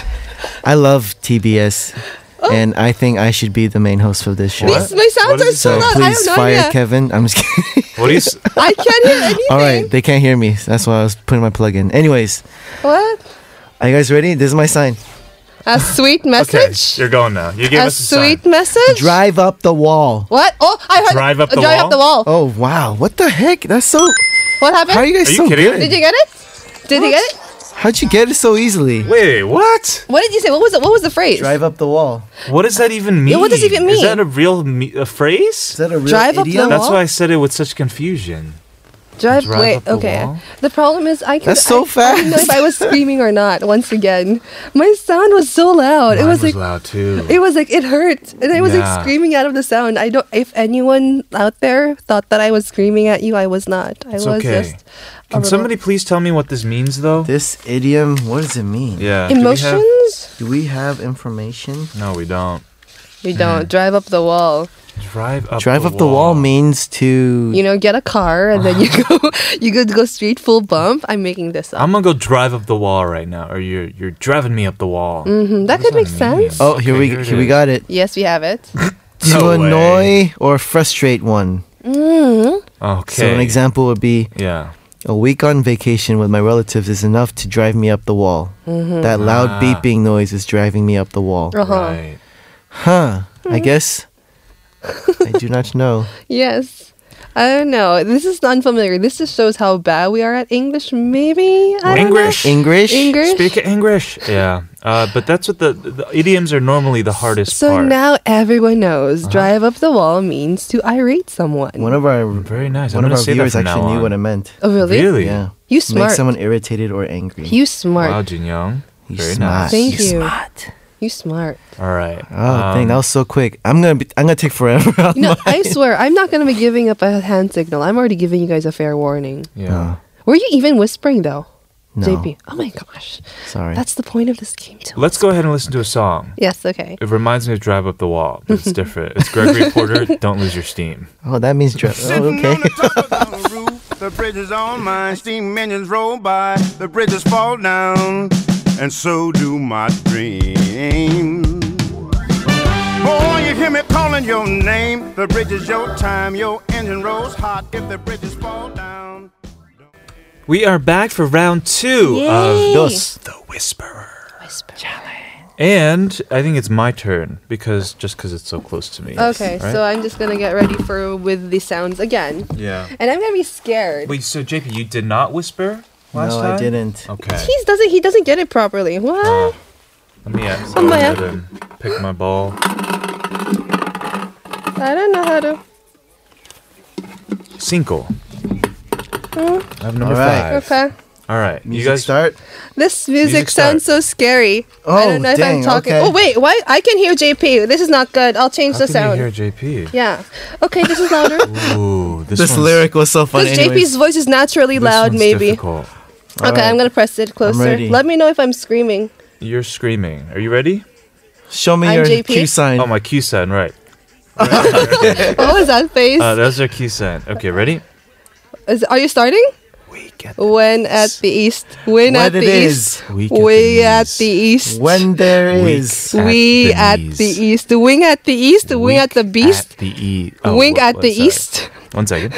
Speaker 9: I love TBS,
Speaker 8: Oh.
Speaker 9: and I think I should be the main host for this show.
Speaker 2: What?
Speaker 8: My sounds
Speaker 2: What
Speaker 8: are
Speaker 2: is
Speaker 8: so
Speaker 9: So
Speaker 8: loud. I have
Speaker 9: please
Speaker 8: no
Speaker 9: fire
Speaker 8: idea.
Speaker 9: Kevin. I'm just kidding.
Speaker 2: What do you? s-
Speaker 8: I can't hear anything.
Speaker 9: All right, they can't hear me. That's why I was putting my plug in. Anyways,
Speaker 8: What?
Speaker 9: are you guys ready? This is my sign.
Speaker 8: A
Speaker 2: Okay,
Speaker 8: sweet message?
Speaker 2: you're going now. You gave
Speaker 8: a
Speaker 2: us a sign.
Speaker 8: sweet message?
Speaker 9: Drive up the wall.
Speaker 8: What? Oh, I heard.
Speaker 2: Drive up the wall?
Speaker 8: drive Up the wall.
Speaker 9: Oh wow, what the heck? That's so.
Speaker 8: What happened?
Speaker 9: How are you guys
Speaker 2: Are you
Speaker 9: so
Speaker 2: kidding?
Speaker 9: good?
Speaker 8: Did you get it? Did you get it?
Speaker 9: How'd you get it so easily?
Speaker 2: Wait, what?
Speaker 8: What did you say? What was it? What was the phrase?
Speaker 9: Drive up the wall.
Speaker 2: What does that even mean?
Speaker 8: Yeah, what does it even
Speaker 2: Is that
Speaker 8: mean?
Speaker 2: a real me- a phrase?
Speaker 9: Is that a real
Speaker 8: Drive up the
Speaker 9: idiom?
Speaker 8: wall?
Speaker 2: That's why I said it with such confusion.
Speaker 8: Drive-
Speaker 2: drive
Speaker 8: wait.
Speaker 2: up the
Speaker 8: okay.
Speaker 2: wall?
Speaker 8: The problem is I could.
Speaker 9: That's so
Speaker 8: I, I didn't know if I was screaming or not. Once again, my sound was so loud. it
Speaker 2: Mine
Speaker 8: was, like.
Speaker 2: loud too.
Speaker 8: It was like it hurt, and I was
Speaker 2: Yeah.
Speaker 8: like screaming out of the sound. I don't. If anyone out there thought that I was screaming at you, I was not. I
Speaker 2: It's
Speaker 8: was
Speaker 2: okay.
Speaker 8: just. a
Speaker 2: Can
Speaker 8: little-
Speaker 2: somebody please tell me what this means, though?
Speaker 9: This idiom, what does it mean?
Speaker 2: yeah. do we have-
Speaker 8: Emotions?
Speaker 9: Do we have information?
Speaker 2: no, we don't. Hmm.
Speaker 8: You don't drive up the wall.
Speaker 2: Drive up. the
Speaker 9: Drive up the wall means to.
Speaker 8: You know, get a car and then you go. You could go street full bump. I'm making this up.
Speaker 2: I'm gonna go drive up the wall right now, or you're you're driving me up the wall.
Speaker 8: Mhm, that could make sense.
Speaker 9: oh,
Speaker 2: Okay,
Speaker 9: here we
Speaker 2: here it
Speaker 9: here
Speaker 2: is.
Speaker 9: we got it.
Speaker 8: Yes, we have it.
Speaker 9: to
Speaker 2: No
Speaker 9: annoy or frustrate one.
Speaker 2: Okay.
Speaker 9: So an example would be
Speaker 2: Yeah.
Speaker 9: a week on vacation with my relatives is enough to drive me up the wall.
Speaker 8: Mm-hmm.
Speaker 9: That
Speaker 2: Ah.
Speaker 9: loud beeping noise is driving me up the wall.
Speaker 8: Uh-huh.
Speaker 2: Right.
Speaker 9: Huh. I
Speaker 8: Mm-hmm.
Speaker 9: guess I do not know.
Speaker 8: Yes. I don't know. This is unfamiliar. This just shows how bad we are at English. Maybe I don't know.
Speaker 2: English.
Speaker 9: English?
Speaker 8: English.
Speaker 2: Speak English. Yeah. Uh, but that's what the, the idioms are normally the hardest
Speaker 8: So
Speaker 2: part. Uh-huh.
Speaker 8: now everyone knows drive up the wall means to irate someone.
Speaker 9: One of our
Speaker 2: Very nice.
Speaker 9: one
Speaker 2: I'm gonna
Speaker 9: of our
Speaker 2: say that
Speaker 9: viewers
Speaker 2: from now
Speaker 9: actually knew
Speaker 2: on.
Speaker 9: what I meant.
Speaker 8: oh, really?
Speaker 2: Really?
Speaker 9: Yeah.
Speaker 8: You
Speaker 9: Make
Speaker 8: smart.
Speaker 9: someone irritated or angry.
Speaker 8: You smart.
Speaker 2: Wow, Jin Young.
Speaker 9: You
Speaker 2: Very nice.
Speaker 9: smart.
Speaker 8: Thank
Speaker 9: You
Speaker 8: you.
Speaker 9: smart.
Speaker 8: You smart.
Speaker 2: All right. Um,
Speaker 9: Oh, dang, that was so quick. I'm gonna be, I'm gonna take forever. on
Speaker 8: No, I
Speaker 9: mine.
Speaker 8: swear, I'm not going to be giving up a hand signal. I'm already giving you guys a fair warning.
Speaker 2: Yeah.
Speaker 8: Were you even whispering, though?
Speaker 9: Oh, No.
Speaker 8: JP. Oh my gosh.
Speaker 9: Sorry.
Speaker 8: That's the point of this game, too.
Speaker 2: Let's go ahead and listen to a song.
Speaker 8: Yes, okay.
Speaker 2: It reminds me of Drive Up the Wall, but it's different. It's Gregory Porter, Don't Lose Your Steam.
Speaker 9: oh, that means dr- oh, okay.
Speaker 3: the roof, the bridge is on mine. Steam engines roll by, the bridges fall down, and so do my dreams. Boy, you hear me calling your name. The bridge is your time. Your engine rolls hot if the bridges fall down.
Speaker 2: We are back for round two of Dos the Whisperer.
Speaker 8: Whisper.
Speaker 2: And I think it's my turn because just because it's so close to me.
Speaker 8: Okay,
Speaker 2: right?
Speaker 8: so I'm just going to get ready for with the sounds again.
Speaker 2: Yeah.
Speaker 8: And I'm going to be scared.
Speaker 2: Wait, so JP, you did not whisper last
Speaker 9: no,
Speaker 2: time?
Speaker 9: I didn't.
Speaker 2: Okay.
Speaker 8: He's doesn't he doesn't get it properly. What?
Speaker 2: Oh. Let me ask.
Speaker 8: Oh,
Speaker 2: go
Speaker 8: my-
Speaker 2: ahead and pick my ball.
Speaker 8: I don't know how to.
Speaker 2: Cinco. I have number
Speaker 9: All right.
Speaker 2: five.
Speaker 8: Hmm? Okay.
Speaker 2: All right.
Speaker 9: Music start.
Speaker 8: This music,
Speaker 9: Music start.
Speaker 8: sounds so scary. I
Speaker 9: Oh,
Speaker 8: don't know
Speaker 9: dang,
Speaker 8: if I'm talking.
Speaker 9: okay.
Speaker 8: Oh wait, why? I can hear JP. This is not good. I'll change
Speaker 2: How
Speaker 8: the sound.
Speaker 2: can you hear JP?
Speaker 8: yeah. Okay, this is louder.
Speaker 2: Ooh, this,
Speaker 9: This,
Speaker 2: one's-
Speaker 9: lyric was so funny.
Speaker 8: Because JP's voice is naturally
Speaker 2: this
Speaker 8: loud,
Speaker 2: one's
Speaker 8: maybe.
Speaker 2: difficult.
Speaker 8: Okay, I'm gonna press it closer.
Speaker 9: ready.
Speaker 8: Let me know if I'm screaming.
Speaker 2: You're screaming. Are you ready?
Speaker 9: Show me
Speaker 8: I'm
Speaker 9: your
Speaker 8: JP.
Speaker 9: Q sign.
Speaker 2: Oh, my Q sign, right.
Speaker 8: what was that face?
Speaker 2: Uh, that's our Q sign. Okay, ready?
Speaker 8: Is, are you starting?
Speaker 2: We get
Speaker 8: When at the east. When at the
Speaker 9: When it
Speaker 8: east.
Speaker 9: is.
Speaker 2: We get
Speaker 8: We
Speaker 2: the
Speaker 8: at
Speaker 2: knees.
Speaker 8: the east.
Speaker 9: When there is.
Speaker 2: at the
Speaker 8: we at
Speaker 2: knees.
Speaker 8: the east. Wing at the east. Wing at the beast.
Speaker 2: At the e- oh,
Speaker 8: Wing
Speaker 2: wha-
Speaker 8: at
Speaker 2: what
Speaker 8: the
Speaker 2: is that?
Speaker 8: east.
Speaker 2: One second.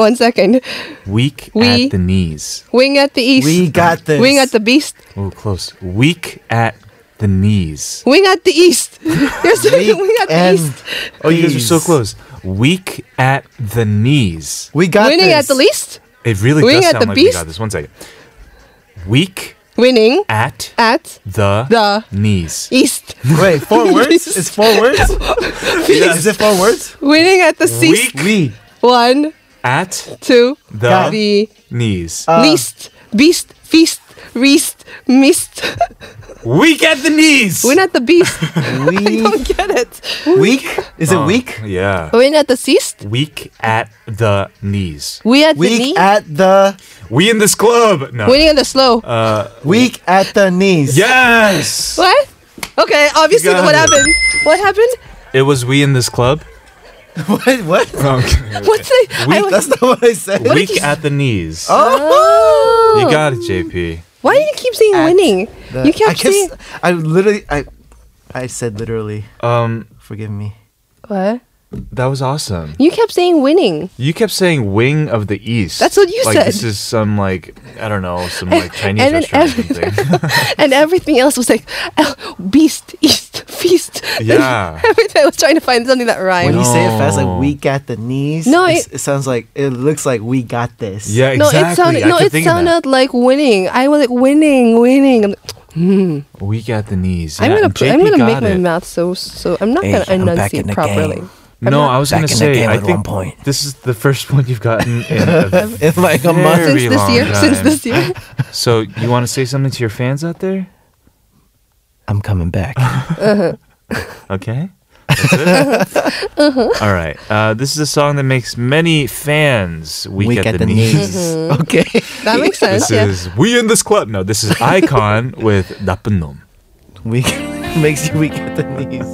Speaker 8: One second.
Speaker 2: Weak
Speaker 8: We-
Speaker 2: at the knees.
Speaker 8: Wing at the east.
Speaker 9: We got this.
Speaker 8: Wing at the beast.
Speaker 2: Oh, close. Weak at the knees.
Speaker 8: Wing at the east. You're saying wing at the
Speaker 9: and
Speaker 8: east.
Speaker 2: Oh, you guys are so
Speaker 9: these.
Speaker 2: close. Weak at the knees.
Speaker 9: We got
Speaker 8: Winning
Speaker 9: this.
Speaker 8: at the least.
Speaker 2: It really
Speaker 8: Wing
Speaker 2: does
Speaker 8: at
Speaker 2: sound
Speaker 8: the
Speaker 2: like we
Speaker 8: beast?
Speaker 2: got this. One second. Weak
Speaker 8: Winning
Speaker 2: at
Speaker 8: at
Speaker 2: the,
Speaker 8: the
Speaker 2: knees.
Speaker 8: east.
Speaker 9: Wait, four words? It's four words? Is it four words?
Speaker 8: Winning at the cease.
Speaker 2: Weak
Speaker 9: We.
Speaker 8: One,
Speaker 2: at
Speaker 8: two,
Speaker 2: the
Speaker 9: Got it.
Speaker 8: the
Speaker 2: knees.
Speaker 9: uh,
Speaker 8: least. Beast, feast, reest, mist.
Speaker 2: Weak at the knees.
Speaker 8: Win at the beast. I
Speaker 9: We.
Speaker 8: don't get it.
Speaker 9: Weak? Is it
Speaker 2: Oh,
Speaker 9: weak?
Speaker 2: Yeah.
Speaker 8: Win at the ceased.
Speaker 2: Weak at the knees.
Speaker 8: We at the knee.
Speaker 9: Weak at the.
Speaker 2: We in this club. No.
Speaker 8: Winning at the slow.
Speaker 9: Weak at the knees.
Speaker 2: yes.
Speaker 8: what? Okay, obviously
Speaker 2: got
Speaker 8: what
Speaker 2: it.
Speaker 8: happened? What happened?
Speaker 2: It was we in this club.
Speaker 9: What?
Speaker 2: Oh.
Speaker 9: What?
Speaker 8: What's the I was-
Speaker 9: That's not what I said.
Speaker 2: Weak at the knees.
Speaker 8: Oh.
Speaker 2: You got it, JP.
Speaker 8: Why do you keep saying
Speaker 9: At
Speaker 8: winning?
Speaker 9: The-
Speaker 8: you
Speaker 9: I
Speaker 8: kept
Speaker 9: kept
Speaker 8: saying
Speaker 9: s- I literally. I, I said literally.
Speaker 2: Um,
Speaker 9: Forgive me.
Speaker 8: what?
Speaker 2: that was awesome.
Speaker 8: You kept saying winning.
Speaker 2: You kept saying "wing of the east."
Speaker 8: That's what you
Speaker 2: like,
Speaker 8: said.
Speaker 2: This is some like I don't know some like Chinese
Speaker 8: and then
Speaker 2: restaurant or something.
Speaker 8: and everything else was like "Oh, beast, east, feast.
Speaker 2: Yeah.
Speaker 8: everything I was trying to find something that
Speaker 9: When
Speaker 8: rhymed.
Speaker 9: you say it fast,
Speaker 2: No.
Speaker 9: like we got the knees.
Speaker 8: No,
Speaker 9: it's-
Speaker 8: it-
Speaker 9: it sounds like it looks like we got this.
Speaker 2: yeah,
Speaker 8: No,
Speaker 2: exactly.
Speaker 8: it sounded
Speaker 2: I
Speaker 8: no,
Speaker 2: kept
Speaker 8: it
Speaker 2: thinking that.
Speaker 8: sounded like winning. I was like winning, winning. I'm, like,
Speaker 2: Weak at the knees.
Speaker 8: I'm
Speaker 2: Yeah,
Speaker 8: gonna
Speaker 2: and JP
Speaker 8: I'm gonna make
Speaker 2: got
Speaker 8: my
Speaker 2: it.
Speaker 8: mouth so so I'm not
Speaker 7: Hey,
Speaker 8: gonna
Speaker 7: I'm back
Speaker 8: enunciate
Speaker 7: in the
Speaker 8: properly.
Speaker 7: game.
Speaker 2: No, I was
Speaker 7: back
Speaker 2: gonna
Speaker 7: in the
Speaker 2: say
Speaker 7: game
Speaker 2: I
Speaker 7: at one
Speaker 2: think
Speaker 7: point.
Speaker 2: this is the first one you've gotten in a
Speaker 9: In like a month.
Speaker 8: Since
Speaker 2: very
Speaker 8: this
Speaker 2: long
Speaker 8: year, since
Speaker 2: time.
Speaker 8: this year.
Speaker 2: So you want to say something to your fans out there?
Speaker 7: I'm coming back.
Speaker 2: Okay.
Speaker 8: Uh-huh.
Speaker 2: That's it? All right. Uh, this is a song that makes many fans weak, at, the, knees.
Speaker 8: Mm-hmm.
Speaker 9: okay.
Speaker 8: That makes sense.
Speaker 2: This
Speaker 8: yeah.
Speaker 2: is We in This Club. No, this is Icon with 나쁜 놈.
Speaker 9: Weak makes you weak at the knees.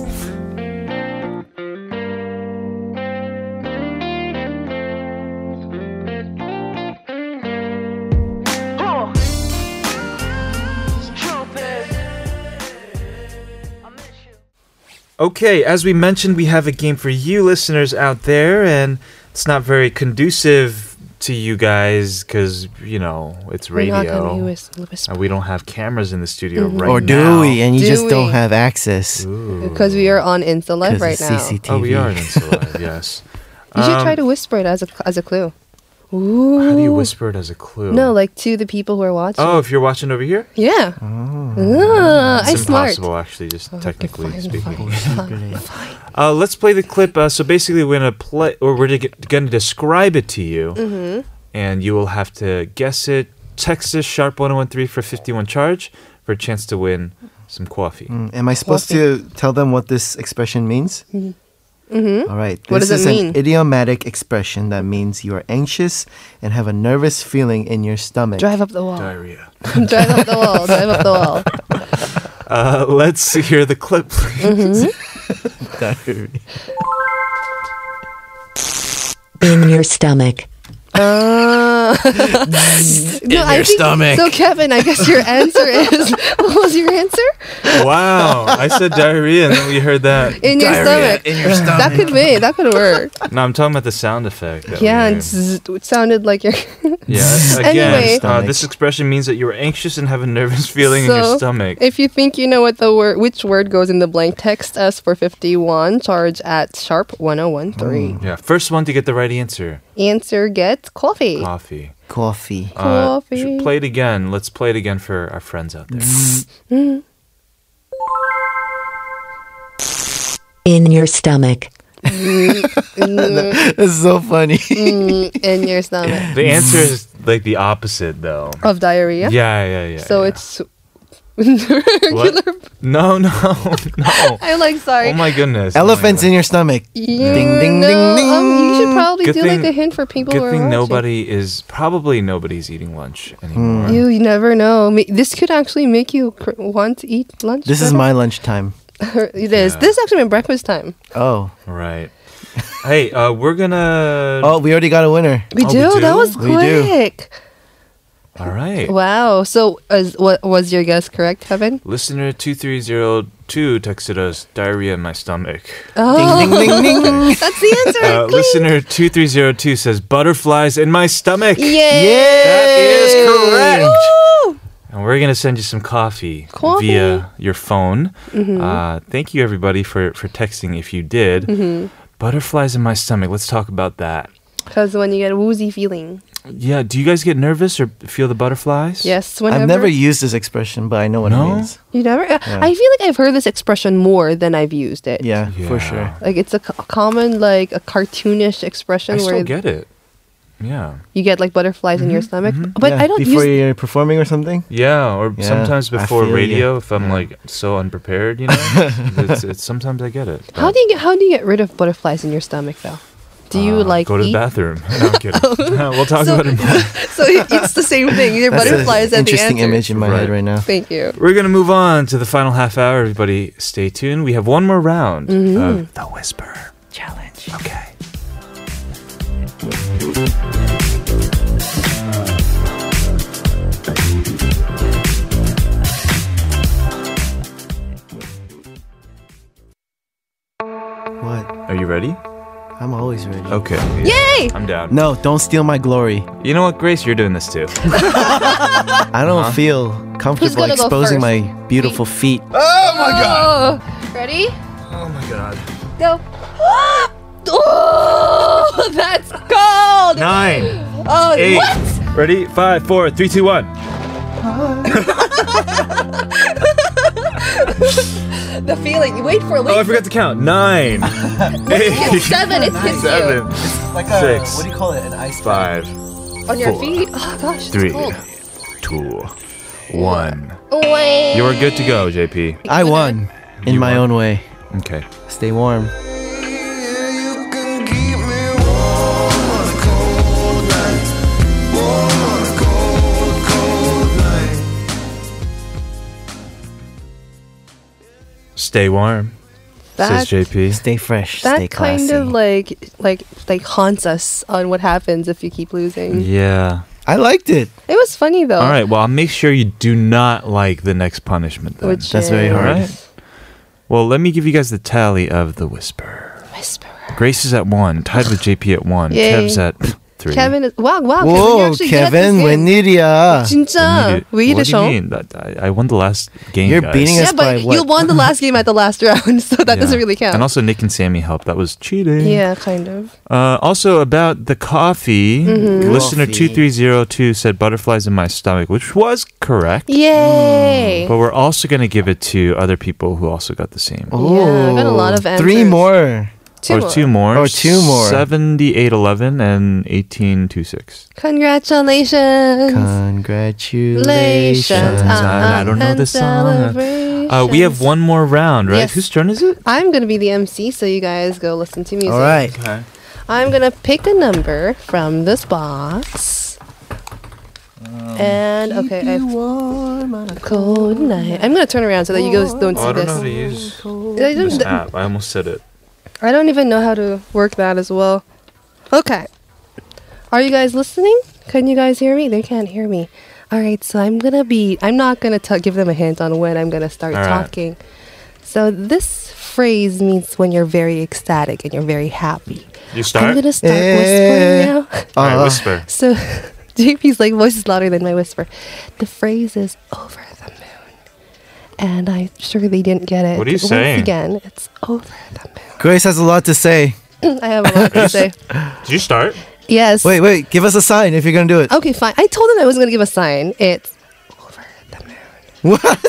Speaker 2: Okay, as we mentioned, we have a game for you listeners out there, and it's not very conducive to you guys because, you know, it's
Speaker 8: We're not gonna Mm-hmm.
Speaker 2: radio.
Speaker 8: whis- whisper
Speaker 2: And we don't have cameras in the studio right
Speaker 9: or do
Speaker 2: now.
Speaker 9: we? And you
Speaker 8: Do
Speaker 9: just
Speaker 8: we?
Speaker 9: don't have access
Speaker 8: because we are on Insta Live right
Speaker 9: because right
Speaker 8: now.
Speaker 9: CCTV.
Speaker 2: Oh, we are in Insta Live, yes.
Speaker 8: You should try
Speaker 2: Um,
Speaker 8: to whisper it as a as a clue. Ooh.
Speaker 2: How do you whisper it as a clue?
Speaker 8: No, like to the people who are watching.
Speaker 2: Oh, if you're watching over here?
Speaker 8: Yeah. Ah, I
Speaker 2: It's
Speaker 8: smart.
Speaker 2: impossible, actually, just technically
Speaker 8: fine,
Speaker 2: speaking.
Speaker 8: fine, fine.
Speaker 2: Uh, let's play the clip. Uh, so basically, we're gonna play, or we're gonna describe it to you,
Speaker 8: Mm-hmm.
Speaker 2: and you will have to guess it. Text us sharp one one three for fifty one charge for a chance to win some coffee.
Speaker 9: Mm, Am I supposed to tell them what this expression means? All right. This
Speaker 8: Mm-hmm. What does
Speaker 9: is
Speaker 8: it mean?
Speaker 9: an idiomatic expression that means you are anxious and have a nervous feeling in your stomach.
Speaker 8: Drive up the wall.
Speaker 2: Diarrhea.
Speaker 8: Drive up the wall. Drive up the wall.
Speaker 2: Uh, let's hear the clip, please.
Speaker 11: In your stomach.
Speaker 8: Uh, in
Speaker 9: your stomach.
Speaker 8: So, Kevin, I guess your answer is what was your answer? Mm-hmm.
Speaker 2: Wow, I said diarrhea, and then we heard that.
Speaker 8: In your stomach.
Speaker 9: in your stomach.
Speaker 8: That could be. That could work.
Speaker 2: No, I'm talking about the sound effect. that we
Speaker 8: yeah,
Speaker 2: heard.
Speaker 8: and zzz, it sounded like your.
Speaker 2: yeah. Again,
Speaker 8: Anyway.
Speaker 2: uh, this expression means that you're anxious and have a nervous feeling in your
Speaker 8: So,
Speaker 2: stomach.
Speaker 8: If you think you know what the word, which word goes in the blank, text us for fifty-one. Charge at sharp one zero one three.
Speaker 2: yeah, first one to get the right answer,
Speaker 8: Answer gets coffee.
Speaker 2: coffee.
Speaker 9: Coffee.
Speaker 2: Uh, sh-
Speaker 8: Coffee.
Speaker 2: play it again. Let's play it again for our friends out there.
Speaker 11: In your stomach.
Speaker 9: That's so funny.
Speaker 8: Mm, in your stomach.
Speaker 2: The answer is like the opposite though.
Speaker 8: Of diarrhea?
Speaker 2: Yeah, yeah, yeah,
Speaker 8: So
Speaker 2: yeah.
Speaker 8: it's regular.
Speaker 2: No, no, no.
Speaker 8: I'm like, sorry.
Speaker 2: Oh my goodness.
Speaker 9: Elephants in your stomach.
Speaker 8: You
Speaker 9: Ding, ding,
Speaker 8: know,
Speaker 9: ding, ding.
Speaker 8: Um, you should probably
Speaker 2: Good
Speaker 8: do like
Speaker 2: thing-
Speaker 8: a hint for people who
Speaker 2: Good
Speaker 8: are
Speaker 2: thing
Speaker 8: watching.
Speaker 2: nobody is probably nobody's eating lunch anymore.
Speaker 8: You, you never know. Ma- This could actually make you cr- want to eat lunch.
Speaker 9: This is
Speaker 8: better.
Speaker 9: my lunchtime.
Speaker 8: it is. This is actually my breakfast time.
Speaker 9: Oh.
Speaker 2: Right. hey, uh, we're gonna.
Speaker 9: Oh, we already got a winner.
Speaker 8: We, do? That was
Speaker 9: We do.
Speaker 8: quick.
Speaker 2: All right.
Speaker 8: Wow. So, is, what was your guess correct, Kevin?
Speaker 2: Listener 2302 texted us diarrhea in my stomach.
Speaker 8: Oh,
Speaker 9: Ding, ding, ding, ding.
Speaker 8: that's the answer.
Speaker 2: Uh, listener 2302 says butterflies in my stomach.
Speaker 8: Yay!
Speaker 2: That is correct. And we're going to send you some coffee,
Speaker 8: Coffee. Mm-hmm.
Speaker 2: via your phone. Uh, thank you, everybody, for, for texting if you did.
Speaker 8: Mm-hmm.
Speaker 2: Butterflies in my stomach. Let's talk about that.
Speaker 8: Because when you get a woozy feeling,
Speaker 2: Yeah, do you guys get nervous or feel the butterflies?
Speaker 8: yes, whenever
Speaker 9: I've never used this expression, but I know what
Speaker 2: No?
Speaker 9: it means.
Speaker 8: you never. uh, I feel like I've heard this expression more than I've used it.
Speaker 9: Yeah,
Speaker 2: Yeah.
Speaker 9: for sure.
Speaker 8: Like it's a co- common, like a cartoonish expression
Speaker 2: I still
Speaker 8: where
Speaker 2: get it. Yeah.
Speaker 8: you get like butterflies in your stomach. But
Speaker 9: Mm-hmm. Yeah,
Speaker 8: I don't
Speaker 9: before
Speaker 8: use.
Speaker 9: you're performing or something.
Speaker 2: Yeah, or
Speaker 9: Yeah,
Speaker 2: sometimes
Speaker 9: I
Speaker 2: before
Speaker 9: feel you.
Speaker 2: radio, if I'm like so unprepared, you know, it's, it's sometimes I get it.
Speaker 8: How do you get? How do you get rid of butterflies in your stomach though? Do you like
Speaker 2: Uh, go to
Speaker 8: eat?
Speaker 2: the bathroom? No, I'm kidding. we'll talk
Speaker 8: So-
Speaker 2: about it more.
Speaker 8: so it- it's the same thing. Your
Speaker 9: That's
Speaker 8: butterflies at
Speaker 9: an
Speaker 8: the
Speaker 9: interesting
Speaker 8: answer.
Speaker 9: image in my head
Speaker 2: Right.
Speaker 9: right now.
Speaker 8: Thank you.
Speaker 2: We're gonna move on to the final half hour. Everybody, stay tuned. We have one more round
Speaker 8: Mm-hmm.
Speaker 2: of the whisper challenge. Okay.
Speaker 9: What?
Speaker 2: Are you ready?
Speaker 9: I'm always ready.
Speaker 2: Okay.
Speaker 8: Yay!
Speaker 2: I'm down.
Speaker 9: No, don't steal my glory.
Speaker 2: You know what, Grace? You're doing this too.
Speaker 9: I don't
Speaker 2: Uh-huh.
Speaker 9: feel comfortable
Speaker 8: gonna go
Speaker 9: exposing
Speaker 8: first?
Speaker 9: my beautiful feet.
Speaker 8: Oh, ready?
Speaker 2: oh my god.
Speaker 8: Go. oh, that's cold.
Speaker 2: Nine,
Speaker 8: oh,
Speaker 2: eight.
Speaker 8: what?
Speaker 2: Ready? Five, four, three, two, one.
Speaker 8: The feeling. You wait for a
Speaker 2: Oh, I
Speaker 8: wait.
Speaker 2: forgot to count. Nine, eight,
Speaker 8: It's seven. It hits
Speaker 2: seven,
Speaker 9: Like
Speaker 2: a- Six. what do
Speaker 9: you call it? An ice
Speaker 2: five,
Speaker 8: you on your
Speaker 2: four,
Speaker 8: feet. Oh gosh, it's
Speaker 2: three,
Speaker 8: cold.
Speaker 2: two, one.
Speaker 8: Wait.
Speaker 2: You are good to go, JP.
Speaker 9: I won in my own way.
Speaker 2: Okay.
Speaker 9: Stay warm.
Speaker 2: Stay warm,
Speaker 8: that,
Speaker 2: says JP.
Speaker 9: Stay fresh.
Speaker 8: that
Speaker 9: stay classy.
Speaker 8: kind of like like like haunts us on what happens if you keep losing.
Speaker 2: Yeah.
Speaker 9: I liked it.
Speaker 8: It was funny though.
Speaker 2: All right. Well, I'll make sure you do not like the next punishment then.
Speaker 8: Which
Speaker 9: That's very
Speaker 8: is-
Speaker 9: hard.
Speaker 2: Alright. Well, let me give you guys the tally of the whisper.
Speaker 8: Whisperer.
Speaker 2: Grace is at one, tied with JP at one.
Speaker 8: Yay.
Speaker 2: Kev's at three.
Speaker 8: Kevin is wow wow. Oh, Kevin, you
Speaker 9: Whoa,
Speaker 8: actually get this
Speaker 9: Kevin,
Speaker 8: game.
Speaker 9: Wendiria.
Speaker 2: I need
Speaker 8: 진짜
Speaker 2: it.
Speaker 8: we
Speaker 2: what do you
Speaker 8: show.
Speaker 2: mean? That- I, I won the last game.
Speaker 9: You're
Speaker 2: guys.
Speaker 9: beating us
Speaker 8: Yeah, but
Speaker 9: by what?
Speaker 8: you won the last game at the last round, so that
Speaker 2: Yeah.
Speaker 8: doesn't really count.
Speaker 2: And also, Nick and Sammy helped. That was cheating.
Speaker 8: yeah, kind of.
Speaker 2: Uh, also, about the coffee,
Speaker 8: Mm-hmm.
Speaker 2: listener
Speaker 9: Coffee.
Speaker 2: 2302 said butterflies in my stomach, which was correct.
Speaker 8: Yay!
Speaker 2: But we're also going to give it to other people who also got the same.
Speaker 8: Yeah, I got a
Speaker 9: Oh,
Speaker 8: lot of
Speaker 9: Three
Speaker 8: answers.
Speaker 9: more.
Speaker 8: Two
Speaker 2: or
Speaker 8: more.
Speaker 2: two more.
Speaker 9: Or Oh, two more.
Speaker 2: 7811 and 1826.
Speaker 8: Congratulations.
Speaker 9: Congratulations.
Speaker 2: Uh, I don't know
Speaker 8: and
Speaker 2: this song. Uh, we have
Speaker 8: celebrations.
Speaker 2: one more round, right?
Speaker 8: Yes.
Speaker 2: Whose turn is it?
Speaker 8: I'm gonna be the MC, so you guys go listen to music.
Speaker 9: All right.
Speaker 8: I'm gonna pick a number from this box. Um, and okay, I've cold night. I'm gonna turn around so that you guys don't
Speaker 2: Oh,
Speaker 8: see this.
Speaker 2: use
Speaker 8: I don't,
Speaker 2: app. I almost said it.
Speaker 8: I don't even know how to work that as well. Okay. Are you guys listening? Can you guys hear me? They can't hear me. All right, so I'm going to be, I'm not going to tell give them a hint on when I'm going to start
Speaker 2: All right.
Speaker 8: talking. So this phrase means when you're very ecstatic and you're very happy.
Speaker 2: You
Speaker 8: I'm
Speaker 2: start?
Speaker 8: going to start
Speaker 9: Eh.
Speaker 8: whispering now.
Speaker 2: All right,
Speaker 9: Uh,
Speaker 2: whisper.
Speaker 8: So JP's like voice is louder than my whisper. The phrase is over the moon. And I'm sure they didn't get it.
Speaker 2: What are you
Speaker 8: Once
Speaker 2: saying?
Speaker 8: again, it's over the moon.
Speaker 9: Grace has a lot to say.
Speaker 8: I have a lot to say.
Speaker 2: Did you start?
Speaker 8: Yes.
Speaker 9: Wait, wait. Give us a sign if you're going to do it.
Speaker 8: Okay, fine. I told him I was going to give a sign. It's over the moon.
Speaker 9: What?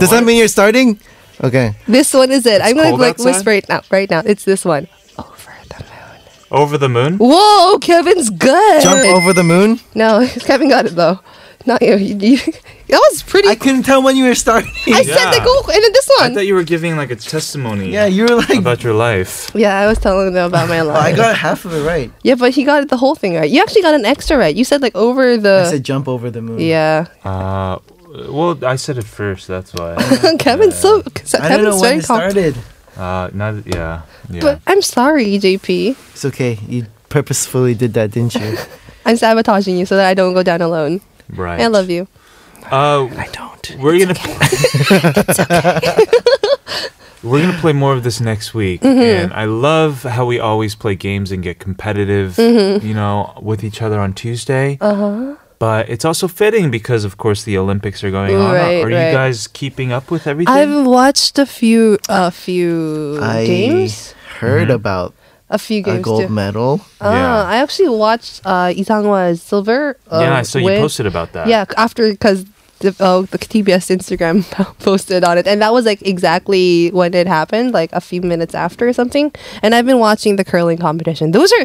Speaker 9: Does that mean you're starting? Okay.
Speaker 8: This one is it. I'm going
Speaker 2: cold
Speaker 8: to like
Speaker 2: outside?
Speaker 8: whisper it now. Right now, it's this one. Over the moon.
Speaker 2: Over the moon?
Speaker 8: Whoa, Kevin's good.
Speaker 9: Jump over the moon?
Speaker 8: No, Kevin got it though. Not you. you, you- that was pretty. I
Speaker 9: couldn't tell when you were starting.
Speaker 8: I said the
Speaker 2: Yeah.
Speaker 8: go and then this
Speaker 2: I
Speaker 8: one.
Speaker 2: thought you were giving like a testimony.
Speaker 9: Yeah, you were like
Speaker 2: about your life.
Speaker 8: yeah, I was telling them about my life.
Speaker 9: I got half of it right.
Speaker 8: Yeah, but he got the whole thing right. You actually got an extra right. You said like over the.
Speaker 9: I said jump over the moon.
Speaker 8: Uh, Yeah,
Speaker 2: Uh, well, I said it first. That's why.
Speaker 8: Kevin's so
Speaker 9: Oh, I don't know
Speaker 8: Kevin's
Speaker 9: when
Speaker 8: very
Speaker 9: it
Speaker 8: calm.
Speaker 9: started.
Speaker 2: Uh, not yeah. Yeah.
Speaker 8: But I'm sorry, JP.
Speaker 9: It's okay. You purposefully did that, didn't you?
Speaker 8: I'm sabotaging you so that I don't go down alone.
Speaker 2: right.
Speaker 8: I love you.
Speaker 2: Uh, I don't. We're gonna. we're gonna play more of this next week,
Speaker 8: Mhm.
Speaker 2: and I love how we always play games and get competitive.
Speaker 8: Mhm.
Speaker 2: You know, with each other on Tuesday.
Speaker 8: Uh huh.
Speaker 2: But it's also fitting because, of course, the Olympics are going on.
Speaker 8: Right,
Speaker 2: are you
Speaker 8: right.
Speaker 2: guys keeping up with everything?
Speaker 8: I've watched a few a few
Speaker 9: I
Speaker 8: games.
Speaker 9: heard
Speaker 2: Mm-hmm.
Speaker 9: about
Speaker 8: A few
Speaker 9: a
Speaker 8: games too.
Speaker 9: gold medal.
Speaker 8: Oh, I actually watched uh, Isangwa's silver. Uh,
Speaker 2: yeah, so you
Speaker 8: win.
Speaker 2: posted about that.
Speaker 8: Yeah, after because the, oh, the TBS Instagram posted on it, and that was like exactly when it happened, like a few minutes after or something. And I've been watching the curling competition. Those are,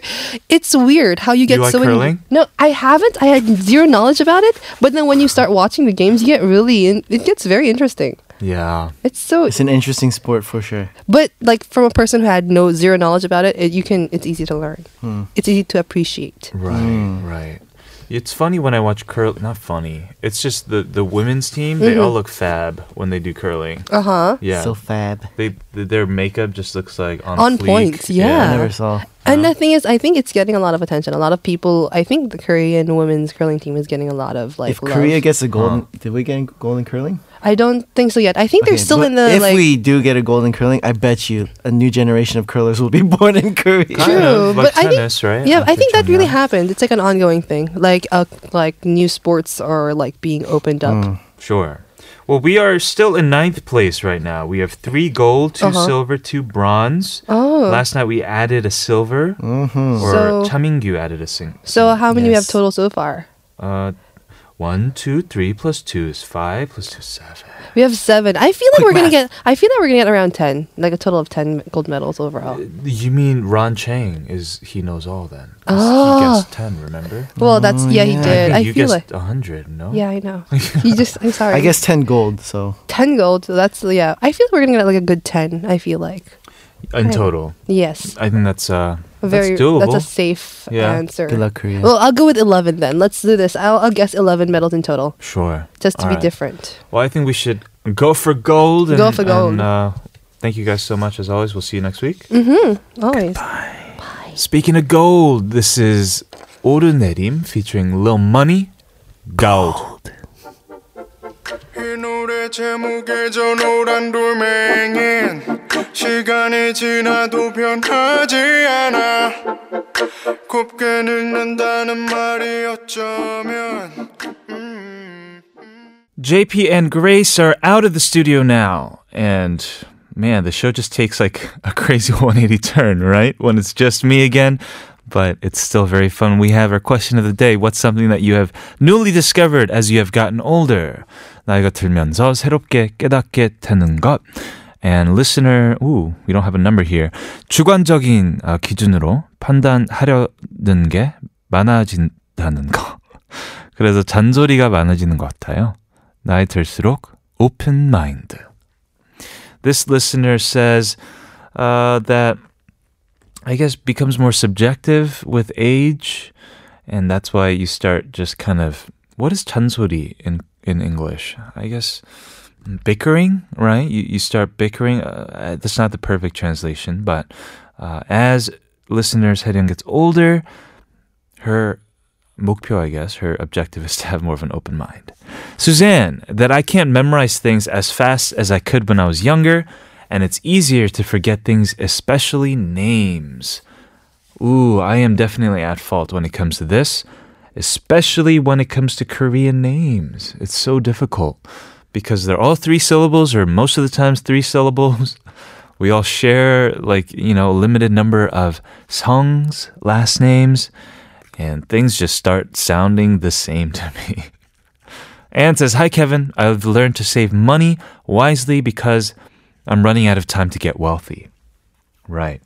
Speaker 8: it's weird how you get
Speaker 2: like
Speaker 8: so many-
Speaker 2: curling?
Speaker 8: No, I haven't. I had zero knowledge about it, but then when you start watching the games, you get really, in, it gets very interesting.
Speaker 2: Yeah.
Speaker 8: It's so,
Speaker 9: It's an interesting sport for sure.
Speaker 8: but like from a person who had no zero knowledge about it, it you can. It's easy to learn.
Speaker 9: Hmm.
Speaker 8: It's easy to appreciate.
Speaker 2: Right, right. It's funny when I watch curl. Not funny. It's just the the women's team. They all
Speaker 8: Mhm.
Speaker 2: look fab when they do curling.
Speaker 8: Uh huh.
Speaker 2: Yeah.
Speaker 9: So fab.
Speaker 2: they th- their makeup just looks like on
Speaker 8: On
Speaker 2: fleek.
Speaker 8: point,
Speaker 9: I
Speaker 8: yeah.
Speaker 9: never saw.
Speaker 8: And the thing is, I think it's getting a lot of attention. A lot of people, I think the Korean women's curling team is getting a lot of like.
Speaker 9: if
Speaker 8: love.
Speaker 9: Korea gets a golden, did we get a golden curling?
Speaker 8: I don't think so yet. I think they're
Speaker 9: Okay,
Speaker 8: still
Speaker 9: but
Speaker 8: in the
Speaker 9: If
Speaker 8: like.
Speaker 9: we do get a golden curling, I bet you a new generation of curlers will be born in Korea.
Speaker 2: Kind of,
Speaker 8: True,
Speaker 2: like
Speaker 8: but I think-
Speaker 2: tennis, right?
Speaker 8: yeah,
Speaker 2: After
Speaker 8: I think that really
Speaker 2: China.
Speaker 8: happened. It's like an ongoing thing. Like, uh, like new sports are like being opened up.
Speaker 9: Mm,
Speaker 2: Sure. Well, we are still in ninth place right now. We have three gold, 2
Speaker 8: Uh-huh.
Speaker 2: silver, two bronze.
Speaker 8: Oh,
Speaker 2: Last night we added a silver,
Speaker 9: Mm-hmm.
Speaker 2: or
Speaker 8: So-
Speaker 2: Chamingyu added a sing.
Speaker 8: so how many we have
Speaker 9: mm, Yes.
Speaker 8: total so far?
Speaker 2: Uh, one, two, three plus two is five. Plus two is seven.
Speaker 8: We have seven. I feel like
Speaker 9: Quick
Speaker 8: we're gonna
Speaker 9: math.
Speaker 8: get. I feel like we're gonna get around ten, like a total of ten gold medals overall.
Speaker 9: Uh,
Speaker 2: You mean Ron Chang is he knows all then? 'Cause He guessed ten, remember?
Speaker 8: Well, that's yeah, he
Speaker 9: oh, yeah.
Speaker 8: Ah. did.
Speaker 2: think
Speaker 8: I,
Speaker 2: you
Speaker 8: feel like
Speaker 2: guessed a hundred. No.
Speaker 8: yeah, I know. you just. I'm sorry.
Speaker 9: I guess ten gold. So
Speaker 8: 10 gold so that's yeah i feel we're gonna get like a good 10 i feel like
Speaker 2: In
Speaker 8: Right.
Speaker 2: total,
Speaker 8: yes
Speaker 2: I think that's uh
Speaker 8: A
Speaker 2: that's
Speaker 8: very
Speaker 2: doable.
Speaker 8: a safe
Speaker 2: Yeah.
Speaker 8: answer
Speaker 9: good luck, Korea.
Speaker 8: well i'll go with 11 then let's do this i'll, I'll guess 11 medals in total
Speaker 2: sure.
Speaker 8: just to
Speaker 2: All
Speaker 8: be
Speaker 2: right.
Speaker 8: different
Speaker 2: Well, I think we should go for gold. And,
Speaker 8: Go for gold.
Speaker 2: and,
Speaker 8: Mm.
Speaker 2: uh, thank you guys so much as always. We'll see you next week.
Speaker 8: always
Speaker 2: Speaking of gold, this is Orunerim featuring Lil Money. Gold.
Speaker 3: 이 노래 제목에 저 노란 돌멩이엔 시간이 지나도 변하지 않아 곱게 늙는다는 말이 어쩌면 음.
Speaker 2: JP and Grace are out of the studio now. And man, the show just takes like a crazy 180 turn, right? When it's just me again. But it's still very fun. We have our question of the day. What's something that you have newly discovered as you have gotten older? 나이가 들면서 새롭게 깨닫게 되는 것. And listener, ooh, we don't have a number here. 주관적인 아, 기준으로 판단하려는 게 많아진다는 거. 그래서 잔소리가 많아지는 것 같아요. 나이 들수록 open mind. This listener says uh, that I guess becomes more subjective with age, and that's why you start just kind of what is 잔소리 in in English? I guess bickering, right? You you start bickering. Uh, that's not the perfect translation, but uh, as listeners Hyeon gets older, her 목표, I guess, her objective is to have more of an open mind. Suzanne, that I can't memorize things as fast as I could when I was younger, and it's easier to forget things, especially names. Ooh, I am definitely at fault when it comes to this, especially when it comes to Korean names. It's so difficult because they're all three syllables, or most of the times three syllables. We all share, like, you know, a limited number of songs, last names, and things just start sounding the same to me. Anne says, Hi, Kevin. I've learned to save money wisely because I'm running out of time to get wealthy. Right.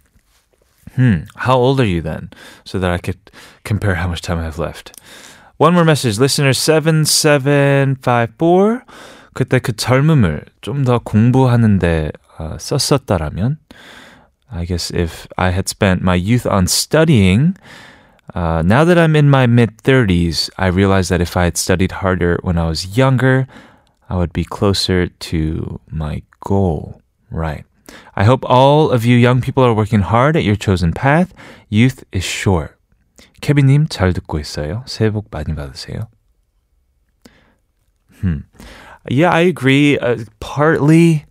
Speaker 2: Hmm, how old are you then? So that I could compare how much time I have left. One more message, listener 7754. 그때 그 젊음을 좀 더 공부하는데 어, 썼었다라면, I guess if I had spent my youth on studying, uh, now that I'm in my mid 30s, I realize that if I had studied harder when I was younger, I would be closer to my goal. Right. I hope all of you young people are working hard at your chosen path. Youth is short. 케빈님 잘 듣고 있어요. 새해 복 많이 받으세요. Hmm. Yeah, I agree. Uh, partly,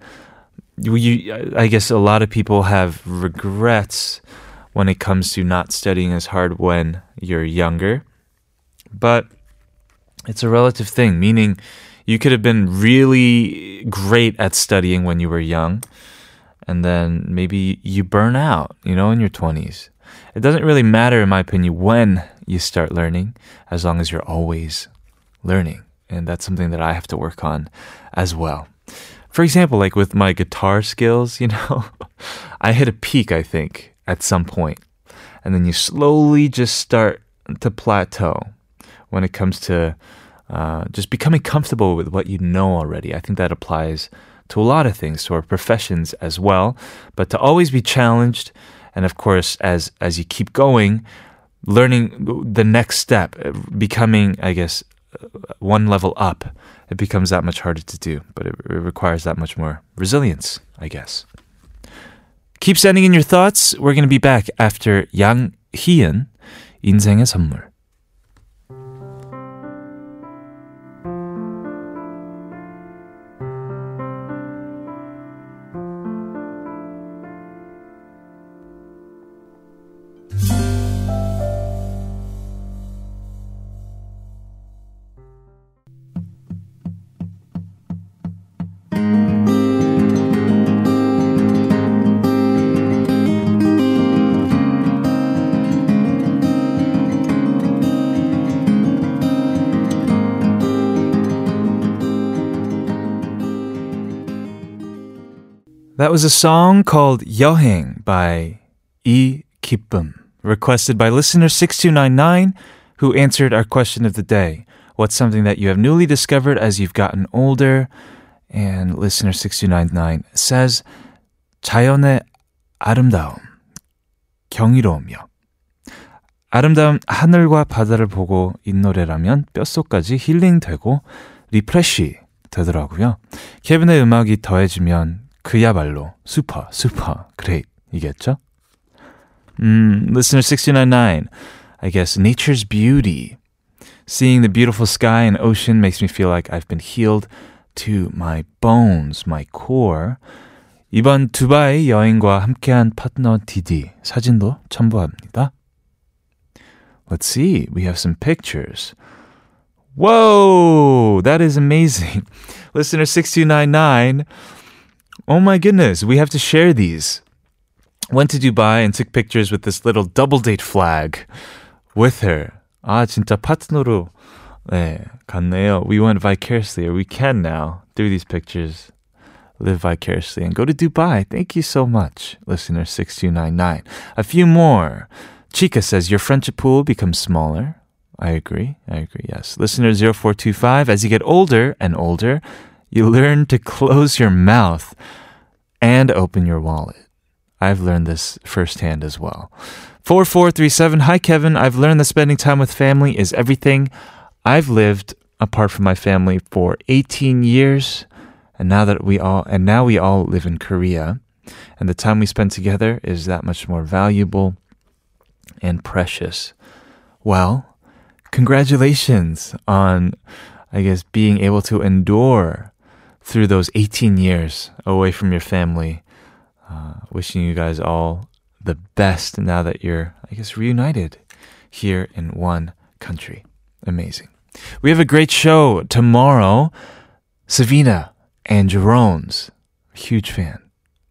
Speaker 2: you- you, I guess a lot of people have regrets when it comes to not studying as hard when you're younger. But it's a relative thing, meaning you could have been really great at studying when you were young, and then maybe you burn out, you know, in your 20s. It doesn't really matter, in my opinion, when you start learning, as long as you're always learning. And that's something that I have to work on as well. For example, like with my guitar skills, you know, I hit a peak, I think, at some point. And then you slowly just start to plateau when it comes to uh, just becoming comfortable with what you know already. I think that applies to a lot of things, to our professions as well. But to always be challenged, and of course, as as you keep going, learning the next step, uh, becoming, I guess, uh, one level up, it becomes that much harder to do. But it, it requires that much more resilience, I guess. Keep sending in your thoughts. We're going to be back after Yang Hyun, 인생의 선물. That was a song called Yoheng by E. Kippum, requested by listener 6299, who answered our question of the day. What's something that you have newly discovered as you've gotten older? And listener 6299 says, 자연의 아름다움, 경이로움이요. 아름다운 하늘과 바다를 보고 이 노래라면 뼛속까지 힐링되고 리프레쉬 되더라고요. 케빈의 음악이 더해지면 그야말로 슈퍼 슈퍼 그레이트이겠죠? 음, listener 699. I guess nature's beauty. Seeing the beautiful sky and ocean makes me feel like I've been healed to my bones, my core. 이번 두바이 여행과 함께한 파트너 디디 사진도 첨부합니다. Let's see. We have some pictures. Whoa, that is amazing. Listener 6299. Oh my goodness, we have to share these. Went to Dubai and took pictures with this little double date flag with her. 아, 진짜 파트너로 네, 갔네요. We went vicariously, or we can now, through these pictures, live vicariously and go to Dubai. Thank you so much, listener 6299. A few more. Chica says, Your friendship pool becomes smaller. I agree. I agree. Yes. Listener 0425, as you get older and older, you learn to close your mouth and open your wallet. I've learned this firsthand as well. 4437 Hi, Kevin. I've learned that spending time with family is everything. I've lived apart from my family for 18 years. And now that we all and now we all live in Korea, and the time we spend together is that much more valuable and precious. Well, congratulations on, I guess, being able to endure through those 18 years away from your family. Uh, wishing you guys all the best now that you're, I guess, reunited here in one country. Amazing. We have a great show tomorrow. Savina and Jerome's huge fan.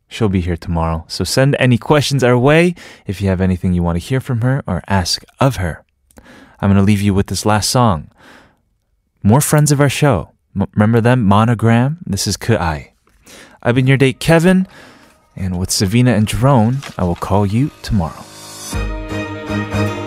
Speaker 2: She'll be here tomorrow. So send any questions our way if you have anything you want to hear from her or ask of her. I'm going to leave you with this last song. More friends of our show. M- remember them? Monogram. This is Ku'ai. I've been your date, Kevin. And with Savina and Jerome, I will call you tomorrow. Bye.